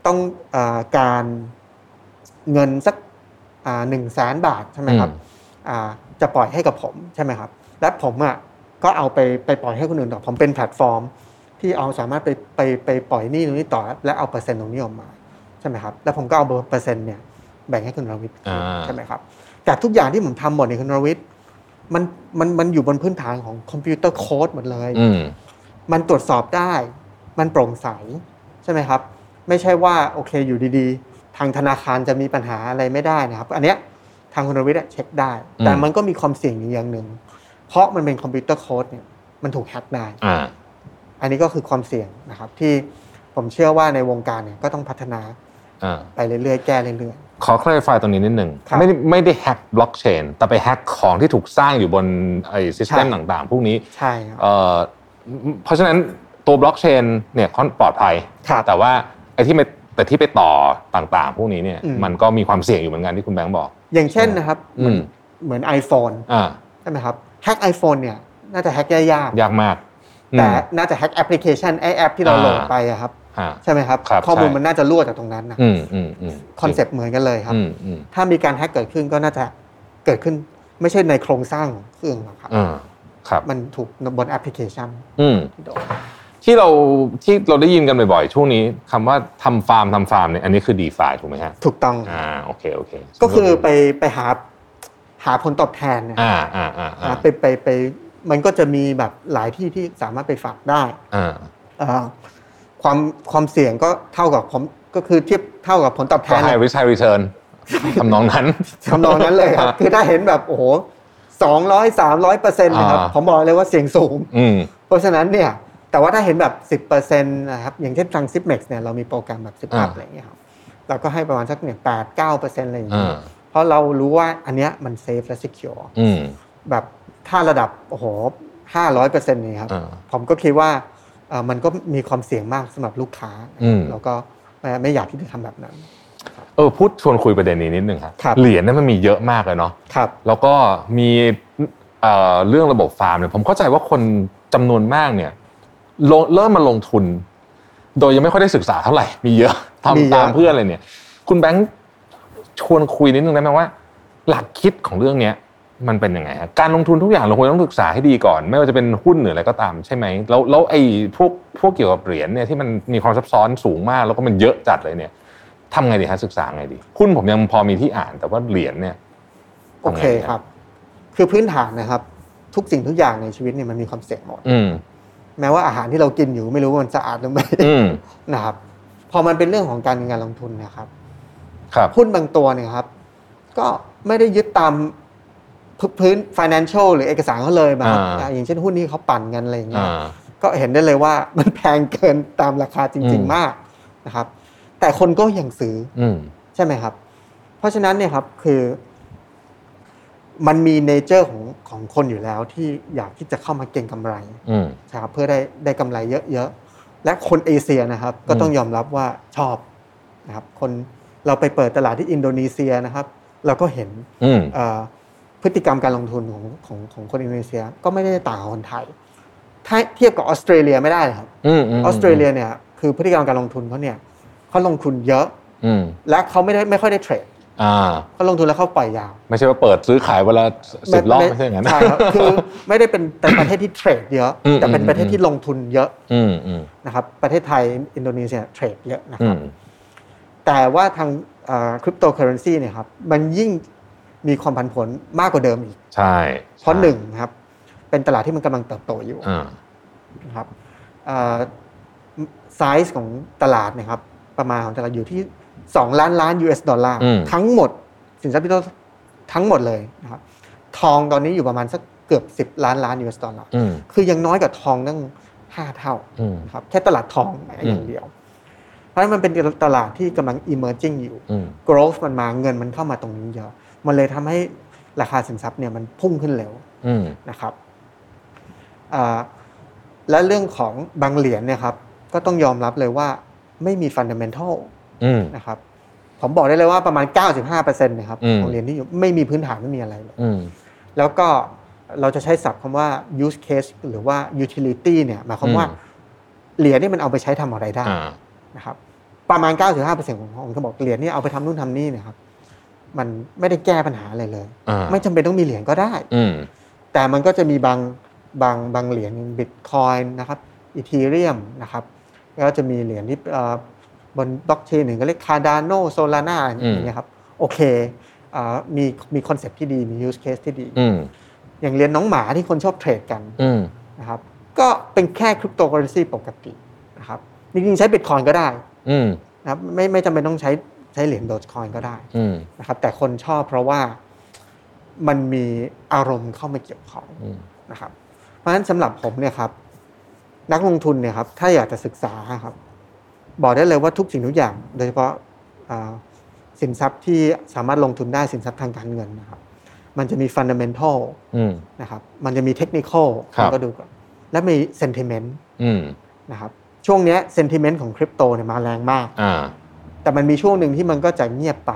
ต้องเออการเงินสักหนึ่งแสนบาทใช่ไหมครับ
อืม
อ่าจะปล่อยให้กับผมใช่ไหมครับ และผมอ่ะก็เอาไปไปปล่อยให้คนอื่นต่อผมเป็นแพลตฟอร์ม ที่เอาสามารถไปไปไปปล่อยหนี้ตรงนี้ต่อ และเอาเปอร์เซ็นต์ตรงนี้ออกมาใช่ไหมครับแล้วผมก็เอาเปอร์เซ็นต์เนี่ยแบ่งให้คุณรวิทย์
อ่า
ใช่ไหมครับแต่ทุกอย่างที่ผมทำหมดเนี่ยคุณรวิทย์มันมันมันอยู่บนพื้นฐานของคอมพิวเตอร์โค้ดหมดเลย
อืม
มันตรวจสอบได้ มันโปร่งใสใช่ไหมครับ ไม่ใช่ว่าโอเคอยู่ดีๆ ทางธนาคารจะมีปัญหาอะไรไม่ได้นะครับ อันเนี้ยทางคุณวิทย์อะเช็คได้
อืม
แต่มันก็มีความเสี่ยงอยู่อย่างหนึ่ง เพราะมันเป็นคอมพิวเตอร์โค้ดเนี่ย มันถูกแฮกได้
อ่า
อันนี้ก็คือความเสี่ยงนะครับ ที่ผมเชื่อว่าในวงการเนี่ยก็ต้องพัฒนา
อ่า
ไปเรื่อยๆ แก้เรื่อย
ขอ clarify ตรงนี้นิดหนึ่ง
ครับ
ไม่ได้ไม่ได้แฮกบล็อกเชนแต่ไปแฮกของที่ถูกสร้างอยู่บนไอ้ซิสเต็ม
ใช่
ต่างๆ พวกนี้
ๆ ใช่ครับ
เอ่อเพราะฉะนั้นตัวบล็อกเชนเนี่ยค่อนปลอดภัย
ครับ
แต่ว่าไอ้ที่ไปแต่ที่ไปต่อต่างๆ พวกนี้เนี่ย
อืม
มันก็มีความเสี่ยงอยู่เหมือนกันที่คุณแบงค์บอก
อย่างเช่นนะครับเหมือน
อืม
เหมือน iPhone
อ่า
ใช่ไหมครับแฮก iPhone เนี่ยน่าจะแฮกได้ยาก
ยากมากอืม
แต่น่าจะแฮกแอปพลิเคชันไอแอปที่เรา
อ่า
โหลดไปอะครับ
อ่า
ใช่ไหมครับ
ครับ
ข้อมูล
ใช่
มันน่าจะรั่วจากตรงนั้นนะ
อืมอืมอืม
คอนเซปต์เหมือนกันเลยครับ
อืมอืม
ถ้ามีการแฮกเกิดขึ้นก็น่าจะเกิดขึ้นไม่ใช่ในโครงสร้างของเครื่องหรอกครับ
อ่าครับ
มันถูกบนแอปพลิเคชัน
อืม
ที่
ที ที่
โดน
เราที่เราได้ยินกันบ่อยๆช่วงนี้คำว่าทำฟาร์มทำฟาร์มเนี่ยอันนี้คือดีฟาถูกไหมฮะ
ถูกต้อง
อ่าโอเคโอเค
ก็คือไปไปหาหาผลตอบแทนเนี่ย
อ่าอ่าอ่าอ่า
อ่าไปไปไปมันก็จะมีแบบหลายที่ที่สามารถไปฝากได้
อ่า
เอ่อความความเสี่ยงก็เท่ากับผมก็คือเทียบเท่ากับผลตอบแท
ก็
น
ให้ risk high return ทำนองนั้น
ทำนองนั้นเลยครับ คือถ้าเห็นแบบโอ้โหสองร้อยสามร้อยเปอร์เซ็นต์นะครับ
อ่า
ผมบอกเลยว่าเสี่ยงสูง
อืม
เพราะฉะนั้นเนี่ยแต่ว่าถ้าเห็นแบบ 10%นะครับอย่างเช่นทางซิปเม็กซ์เนี่ยเรามีโปรแกรมแบบ 10
อ่า
อัพอะไรอย่างเงี้ยครับเราก็ให้ประมาณสักเนี่ยแปดเก้าเปอร์เซ็นต์อะไรอย่างเงี้
อ่าย
เพราะเรารู้ว่าอันเนี้ยมันเซฟและซิเคียว
อืม
แบบถ้าระดับโอ้โหห้าร้อยเปอร์เซ็นต์นี่ครับ
อ่า
ผมก็คิดว่าเอ่อมันก็มีความเสี่ยงมากสำหรับลูกค้า
อืม
เราก็ไม่ไม่อยากที่จะทำแบบนั้น
เออพูดชวนคุยประเด็นนี้นิดนึงครับ
ครับ
เหรียญนั้นมันมีเยอะมากเลยเนาะ
ครับ
แล้วก็มีเอ่อเรื่องระบบฟาร์มเนี่ยผมเข้าใจว่าคนจำนวนมากเนี่ยลงเริ่มมาลงทุน โดยยังไม่ค่อยได้ศึกษาเท่าไหร่ มีเยอะ
มี
ทำ
เยอะ
ตามเพื่อนอะไรเนี่ย คุณแบงค์ชวนคุยนิดนึงได้ไหมว่า หลักคิดของเรื่องเนี้ยมันเป็นยังไงฮะการลงทุนทุกอย่างเราควรต้องศึกษาให้ดีก่อน ไม่ว่าจะเป็นหุ้นหรืออะไรก็ตามใช่ไหมแล้วแล้วไอ้พวกพวกเกี่ยวกับเหรียญเนี่ยที่มันมีความซับซ้อนสูงมาก แล้วก็มันเยอะจัดเลยเนี่ยทำไงดีฮะศึกษาไงดีหุ้นผมยังพอมีที่อ่านแต่ว่าเหรียญเนี่ย
โอเคครับ คือพื้นฐานนะครับ ทุกสิ่งทุกอย่างในชีวิตเนี่ยมันมีความเสี่ยงหมด
อืม
แม้ว่าอาหารที่เรากินอยู่ไม่รู้ว่ามันสะอาดหรือไม่
อืม
นะครับพอมันเป็นเรื่องของการเงินการลงทุนนะครับ
ครับ
หุ้นบางตัวเนี่ยครับ ก็ไม่ได้ยึดตามพพื้น financial หรือเอกสารเขาเลยมาครับ
า
อ่าอย่างเช่นหุ้นนี้เขาปั่นกันอะไรอย่างเงี้
อ่าย
ก็เห็นได้เลยว่ามันแพงเกินตามราคาจริง ๆ มากนะครับ แต่คนก็ยังซื้อ
อืม
ใช่ไหมครับ เพราะฉะนั้นเนี่ยครับคือ มันมีเนเจอร์ของของคนอยู่แล้วที่อยากที่จะเข้ามาเก็งกำไร
อืม
ครับเพื่อได้ได้กำไรเยอะๆ และคนเอเชียนะครับ ก็ต้องยอมรับว่าชอบนะครับคนเราไปเปิดตลาดที่อินโดนีเซียนะครับ เราก็เห็น
อืม
เอ่อพฤติกรรมการลงทุนของของของคนอินโดนีเซียก็ไม่ได้ต่างกับคนไทย ถ้าเทียบกับออสเตรเลียไม่ได้เลยครับ
อืมม
ออสเตรเลียเนี่ยคือพฤติกรรมการลงทุนเขาเนี่ยเขาลงทุนเยอะ
อืม
และเขาไม่ได้ไม่ค่อยได้เทรด
อ่า
เขาลงทุนแล้วเขาปล่อยยาว
ไม่ใช่ว่าเปิดซื้อขายเวลาสิบรอบ
ไม่
ไม่ใช่อย่างนั้นนะ
ใช่ครับคือไม่ได้เป็นแต่ประเทศที่เทรดเยอะ
อืม
แต่เป็น
อืม
ประเทศ
อืม
ที่ลงทุนเยอะ
อืมอืม
นะครับประเทศไทย อินโดนีเซียเทรดเยอะนะค
อื
รับ
ม
แต่ว่าทางคริปโตเคอเรนซีเนี่ยครับมันยิ่งมีความผันผวนมากกว่าเดิมอีก
ใช่
เพราะหนึ่งนะครับเป็นตลาดที่มันกำลังเติบโตอยู่
อ่า
นะครับไซส์ของตลาดนะครับประมาณของตลาดอยู่ที่ 2 ล้านล้าน US ดอลลาร์ทั้งหมดสินทรัพย์ดิจิทัลทั้งหมดเลยนะครับทองตอนนี้อยู่ประมาณสักเกือบ 10 ล้านล้าน US ดอลลาร์
อืม
คือยังน้อยกว่าทองตั้ง 5 เท่า
อืม
นะครับแค่ตลาดทองอย่างเดียว เพราะฉะนั้นมันเป็นตลาดที่กำลัง emerging อยู่
อืม
growth มันมาเงินมันเข้ามาตรงนี้เยอะ มันเลยทำให้ราคาสินทรัพย์เนี่ยมันพุ่งขึ้นเร็ว
อืม
นะครับอ่าและเรื่องของบางเหรียญเนี่ยครับ ก็ต้องยอมรับเลยว่าไม่มี fundamental
อืม
นะครับ ผมบอกได้เลยว่าประมาณ 95%นะครับ
อืม
ของเหรียญที่อยู่ไม่มีพื้นฐานไม่มีอะไรเลย
อืม
แล้วก็เราจะใช้ศัพท์คำว่า use case หรือว่า utility เนี่ยหมายความว่า
อืม
เหรียญนี่มันเอาไปใช้ทำอะไรได้
อ่า
นะครับประมาณ 95%ของของเขาบอกเหรียญนี่เอาไปทำนู่นทำนี่เนะครับ มันไม่ได้แก้ปัญหาอะไรเลย
อ่า
ไม่จำเป็นต้องมีเหรียญก็ได้
อืม
แต่มันก็จะมีบางบางบางเหรียญบิตคอยน์นะครับอีทีเรียมนะครับแล้วก็จะมีเหรียญที่เอ่อบนบล็อกเชนหนึ่งก็เรียกคา r d านโนโซลาน่าอย่างเงี้ยครับโอเคเอ่อมีมีคอนเซ็ปที่ดีมี use case ที่ดี
อืม
อย่างเหรียญน้องหมาที่คนชอบเทรดกัน
อืม
นะครับก็เป็นแค่คริปโตเคอเรนซีปกตินะครับจริงๆใช้บิตคอยน์ก็ได้
อืม
นะครับไม่ไม่จำเป็นต้องใช้ใช้เหรียญโดจคอยน์ก็ได้
อืม
นะครับแต่คนชอบเพราะว่ามันมีอารมณ์เข้ามาเกี่ยวข้อง
อืม
นะครับเพราะฉะนั้นสำหรับผมเนี่ยครับนักลงทุนเนี่ยครับถ้าอยากจะศึกษาครับบอกได้เลยว่าทุกสิ่งทุกอย่าง โดยเฉพาะอ่าสินทรัพย์ที่สามารถลงทุนได้สินทรัพย์ทางการเงินนะครับมันจะมีฟันเดเมนทัล
อืม
นะครับ มันจะมีเทคนิคอล
ครับ
ก็ดูก่อนและมีเซนติเมนต์
อืม
นะครับ ช่วงเนี้เซนติเมนต์ของคริปโตเนี่ยมาแรงมาก
อ่า
แต่มันมีช่วงหนึ่งที่มันก็จะเงียบไป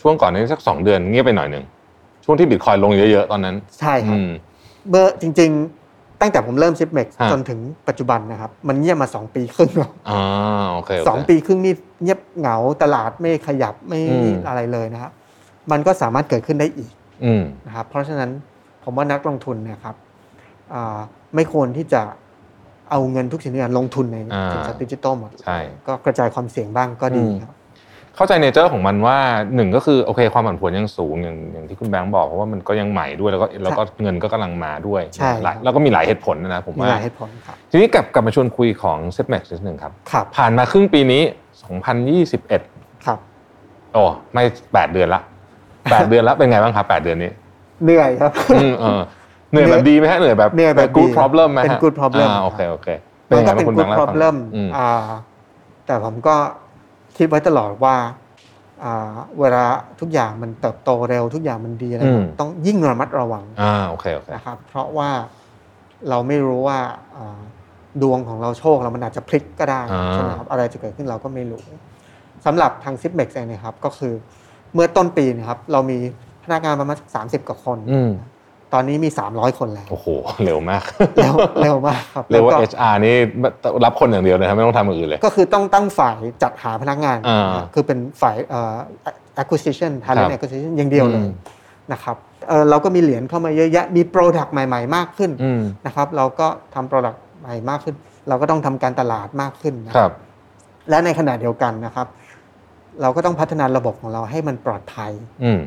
ช่วงก่อนนี้สักสองเดือนเงียบไปหน่อยหนึ่งช่วงที่บิตคอยน์ลงเยอะๆตอนนั้น
ใช่ครั
อื
บ
ม
เบอร์จริง ๆ ตั้งแต่ผมเริ่มชิปเม็ก
ฮะ
จนถึงปัจจุบันนะครับ มันเงียบมา 2 ปีครึ่งแล้ว
อ่าโอเคโเค
สองปีครึ่งนี่เงียบเหงาตลาดไม่ขยับไม่
อืม
อะไรเลยนะครับ มันก็สามารถเกิดขึ้นได้อีก
อืม
นะครับ เพราะฉะนั้นผมว่านักลงทุนเนะครับอ่าไม่ควรที่จะ เอาเงินทุกสิ่งทุกอย่างลงทุนใน
อ่า
สินทรัพย์ดิจิตอลหมด
ใช่
ก็กระจายความเสี่ยงบ้างก็ดีครับ
เข้าใจเนเจอร์ของมันว่าหนึ่งก็คือโอเคความผันผวนยังสูงอย่างอย่างที่คุณแบงค์บอกเพราะว่ามันก็ยังใหม่ด้วยแล้วก็แล้วก็เงินก็กำลังมาด้วย
ใช่
หลายแล้วก็มีหลายเหตุผลนะนะผม
มี
ว่า
หลายเหตุผลครับ
ทีนี้กลับกลับมาชวนคุยของเซ t แม็กซ์นิดหนึ่งครับ
ครับ
ผ่านมาครึ่งปีนี้ 2021
ครับ
โอ้ไม่ 8 เดือนละ 8 เดือนละเป็นไงบ้างครับ 8 เดือนนี้
เหนื่อยครับ
อืมเออเหนื่อยแบบดีไหมฮะเหนื่อยแบบ
เหนื่อยแบบดี
กู๊ดพรอบเริ่มไหมฮะ
เป็น good problem
อ่า
ครับ
โอเคโอเค
มันก็เป็
ไงบ้า
น
งคุณแบ
good
งค์ล่าให้ฟัง
problem
อืม
อ่าแต่ผมก็คิดไว้ตลอดว่าอ่าเวลาทุกอย่างมันเติบโตเร็วทุกอย่างมันดีอะไร
อืม
ต้องยิ่งระมัดระวัง
อ่าโอเคโอเค
นะครับเพราะว่าเราไม่รู้ว่าอ่าดวงของเราโชคเรามันอาจจะพลิกก็ได้ใช่ไหมครับอะไรจะเกิดขึ้นเราก็ไม่รู้สำหรับทางซิปเม็กซ์เองนะครับก็คือเมื่อต้นปีนะครับเรามีพนักงานประมาณสามสิบกว่าคน
อืม
ตอนนี้มีสามร้อยคนแล้ว
โอ้โหเร็วมาก
เร็วเร็วมากครับ
เรียกว่า
แล้ก็
HR นี่รับคนอย่างเดียวเลยครับไม่ต้องทำอย่างอื่นเลย
ก็คือต้องตั้งฝ่ายจัดหาพนักงาน
อ่า
ครับคือเป็นฝ่ายเอ่อ acquisition
ครั
talent
บ
acquisition อย่างเดียวเล
อื
ย
ม
นะครับเอ่อเราก็มีเหรียญเข้ามาเยอะแยะมี product ใหม่ ๆ มากขึ้น
อืม
นะครับเราก็ทำ product ใหม่มากขึ้น เราก็ต้องทำการตลาดมากขึ้นนะครับ และในขณะเดียวกันนะครับ เราก็ต้องพัฒนาระบบของเราให้มันปลอดภัย
อืม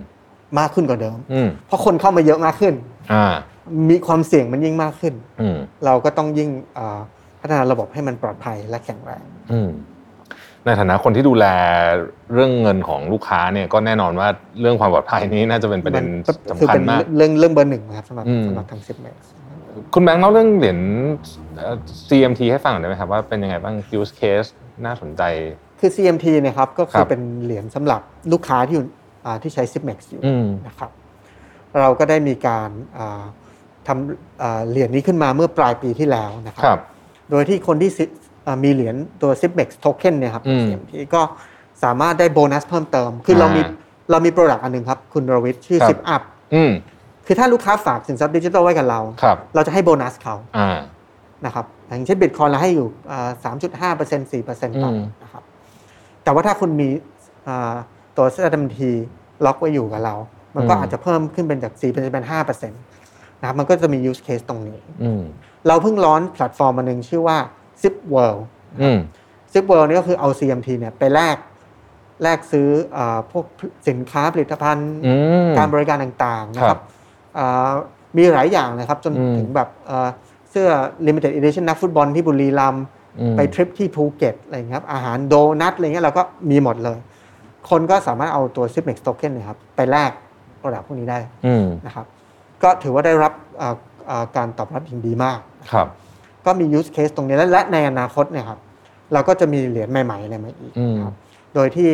มากขึ้นกว่าเดิม
อืม
เพราะคนเข้ามาเยอะมากขึ้น
อ่า
มีความเสี่ยงมันยิ่งมากขึ้น
อืม
เราก็ต้องยิ่งเอ่อพัฒนาระบบให้มันปลอดภัยและแข็งแรง
อืมในฐานะคนที่ดูแลเรื่องเงินของลูกค้าเนี่ยก็แน่นอนว่าเรื่องความปลอดภัยนี้น่าจะเป็นประเด็นสำคัญมาก
อเป็นเรื่องเรื่องเบอร์หนึ่งนะครับสำหรับ
อืม
สำหรับทางซิปแม็ก
คุณแบงค์เล่าเรื่องเหรียญเอ่อ CMT ให้ฟังหน่อยได้ไหมครับว่าเป็นยังไงบ้าง use case น่าสนใจ
คือ CMT เนะครับก็คื
ครั
อบ เป็นเหรียญสำหรับลูกค้าที่อยู่อ่าที่ใช้ซิปแม็กอยู่
อืม
นะครับเราก็ได้มีการอ่าทำอ่าเหรียญนี้ขึ้นมาเมื่อปลายปีที่แล้วนะครั
ครับ
โดยที่คนที่ Sip- อ่ามีเหรียญตัว s i p m e x Token เนี่ยครับ
อืม
CMT ก็สามารถได้โบนัสเพิ่มเติม คือเรามี
อ่า
เรามีโปรดักต์อันหนึงครับคุณรวิทย์ชื่อ
ครับ
Sip Up
อืม
คือถ้าลูกค้าฝากสินทรัพย์ดิจิทัลไว้กับเรา
ครับ
เราจะให้โบนัสเขา
อ่า
นะครับอย่างเช่นบิตคอยเราให้อยู่สามจุดห้าเปอร์เซ็นต์สี่เปอร์เซ็นต์ต่อ
อืม
นะครับ แต่ว่าถ้าคุณมีอ่าตัว SMT ล็อกไว้อยู่กับเรา มันก็อาจจะเพิ่มขึ้นเป็นจากสี่เป็นห้าเปอร์เซ็นต์นะครับ มันก็จะมี use case ตรงนี้
อืม
เราเพิ่งร้อนแพลตฟอร์มอันหนึ่งชื่อว่า Zip World
อืม
Zip World นี่ก็คือเอา CMT เนี่ยไปแลกแลกซื้ออ่าพวกสินค้าผลิตภัณฑ์
อืม
การบริการต่างๆนะ
ค
ค
รั
รั
บบ
อ่ามีหลายอย่างนะครับ จน
อืม
ถึงแบบเอ่อเสื้อ limited edition นักฟุตบอลที่บุรีรัมย์
อืม
ไปทริปที่ภูเก็ตอะไรอย่างเงี้ยครับอาหารโดนัทอะไรเงี้ยเราก็มีหมดเลย คนก็สามารถเอาตัว s i p m e x token เนะครับ ไปแลกโปรดักพวกนี้ได้
อืม
นะครับ ก็ถือว่าได้รับอ่าอ่าการตอบรับอย่างดีมาก
ครับ
ก็มี use case ตรงนี้และและในอนาคตเนะครับ เราก็จะมีเหรียญใหม่ๆอะไรมาอีกนะครับโดยที่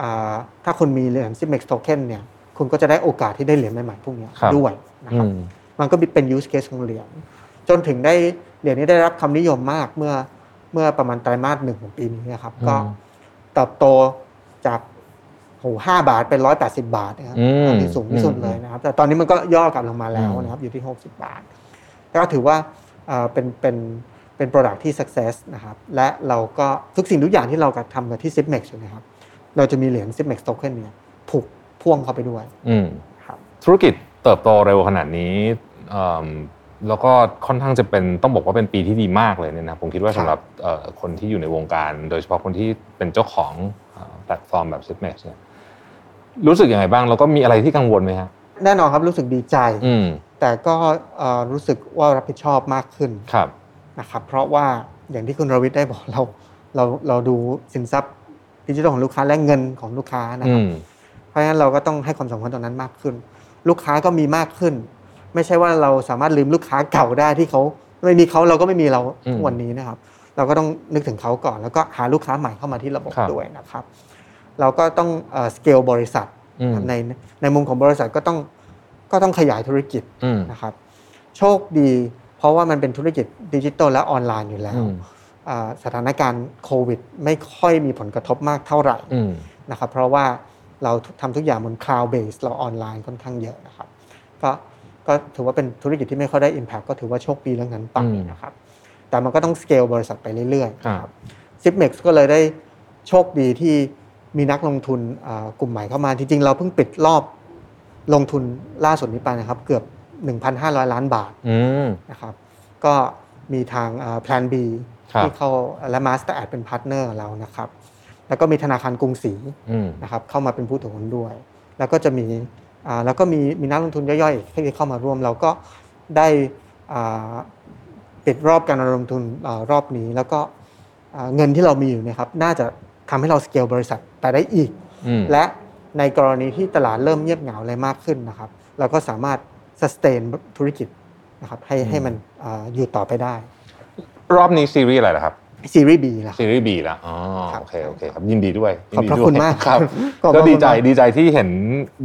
อ่าถ้าคุณมีเหรียญ s i m e x Token เนี่ยคุณก็จะได้โอกาสที่ได้เหรียญใหม่ๆพวกเนี้ย
ครับ
ด้วยนะ
อื
ครับ
ม
มันก็เป็น use case ของเหรียญจนถึงได้เหรียญนี้ได้รับความนิยมมากเมื่อเมื่อประมาณไตรมาสหนึ่งของปีนี้นะครับ
อืม
ก็เติบโตจากโหห้าบาทเป็นร้อยแปดสิบาทนะครับ
อืม
ที่สูงที่สุดเลยนะครับ แต่ตอนนี้มันก็ย่อกลับลงมาแล้ว
อืม
นะครับ อยู่ที่หกสิบาท ก็ถือว่าเอ่อเป็นเป็นเป็น Product ที่ success นะครับ และเราก็ทุกสิ่งทุกอย่างที่เรากระทำกับที่ Zipmax อยู่นะครับ เราจะมีเหรียญ Zipmax Token เนี่ยผูกพ่วงเข้าไปด้วย
อืม
ครับ
ธุรกิจเติบโตเร็วขนาดนี้เอิ่มแล้วก็ค่อนข้างจะเป็นต้องบอกว่าเป็นปีที่ดีมากเลยเนี่ยนะผมคิดว่า
ครั
สำ
บ
หรับเอ่อคนที่อยู่ในวงการ โดยเฉพาะคนที่เป็นเจ้าของเอ่อแพลตฟอร์มแบบ s i p m a x เนี่ยรู้สึกยังไงบ้าง แล้วก็มีอะไรที่กังวลไหมฮะ
แน่นอนครับรู้สึกดีใจ
อืม
แต่ก็เอ่อรู้สึกว่ารับผิดชอบมากขึ้น
ครับ
นะครับ เพราะว่าอย่างที่คุณรวิทย์ได้บอก เราเราเราดูสินทรัพย์ดิจิทัลของลูกค้าและเงินของลูกค้านะ
อื
ครับ
ม
เพราะฉะนั้นเราก็ต้องให้ความสำคัญตรงนั้นมากขึ้น ลูกค้าก็มีมากขึ้น ไม่ใช่ว่าเราสามารถลืมลูกค้าเก่าได้ที่เขาไม่มีเขาเราก็ไม่มีเรา
อืม
ทุกวันนี้นะครับ เราก็ต้องนึกถึงเขาก่อน แล้วก็หาลูกค้าใหม่เข้ามาที่ระบบ
ครับ
ด้วยนะครับ เราก็ต้องสเกลบริษัท
อืม
ในในมุมของบริษัทก็ต้องก็ต้องขยายธุรกิจ
อืม
นะครับโชคดีเพราะว่ามันเป็นธุรกิจดิจิทัลและออนไลน์อยู่แล้ว
อืม
อ่าสถานการณ์โควิดไม่ค่อยมีผลกระทบมากเท่าไหร่
อืม
นะครับเพราะว่าเราทำทุกอย่างบน cloud base เราออนไลน์ค่อนข้างเยอะนะครับก็ก็ถือว่าเป็นธุรกิจที่ไม่ค่อยได้ impact ก็ถือว่าโชคดีเรื่องนั้นไปนะครับแต่มันก็ต้อง scale บริษัทไปเรื่อยๆ
ครับ
ซิปเม็กก็เลยได้โชคดีที่มีนักลงทุนอ่ากลุ่มใหม่เข้ามาจริงๆ เราเพิ่งปิดรอบลงทุนล่าสุดนี้ไปนะครับเกือบ 1,500 ล้านบาท
อืม
นะครับก็ มีทางเอ่อ Plan B
ครับ
ที่เข้าและ Master Ad เป็นพาร์ทเนอร์เรานะครับ แล้วก็มีธนาคารกรุงศรี
อืม
นะครับเข้ามาเป็นผู้ถือหุ้นด้วย แล้วก็จะมีอ่าแล้วก็มีมีนักลงทุนย่อยๆอีกที่เข้ามาร่วม เราก็ได้อ่าปิดรอบการระดมทุนอ่ารอบนี้ แล้วก็อ่าเงินที่เรามีอยู่เนะครับน่าจะทำให้เราสเกลบริษัทไปได้อีก
อืม
และในกรณีที่ตลาดเริ่มเงียบเหงาอะไรมากขึ้นนะครับ เราก็สามารถสแตนธุรกิจนะครับให้ให้มันเอ่ออยู่ต่อไปได้
รอบนี้ซีรีส์อะไรล่ะครับ
ซีรีส์ B นะครับ
ซีรีส์บีแล้วอ๋อ
ครับ
โอเคโอเคครับยินดีด้วยยิ
ขอบ
นดี
พระ
ด้วย
คุณมาก
ครับ
ขอบพ
ก็
ระคุณ
ดีใจ
มาก
ดีใจที่เห็น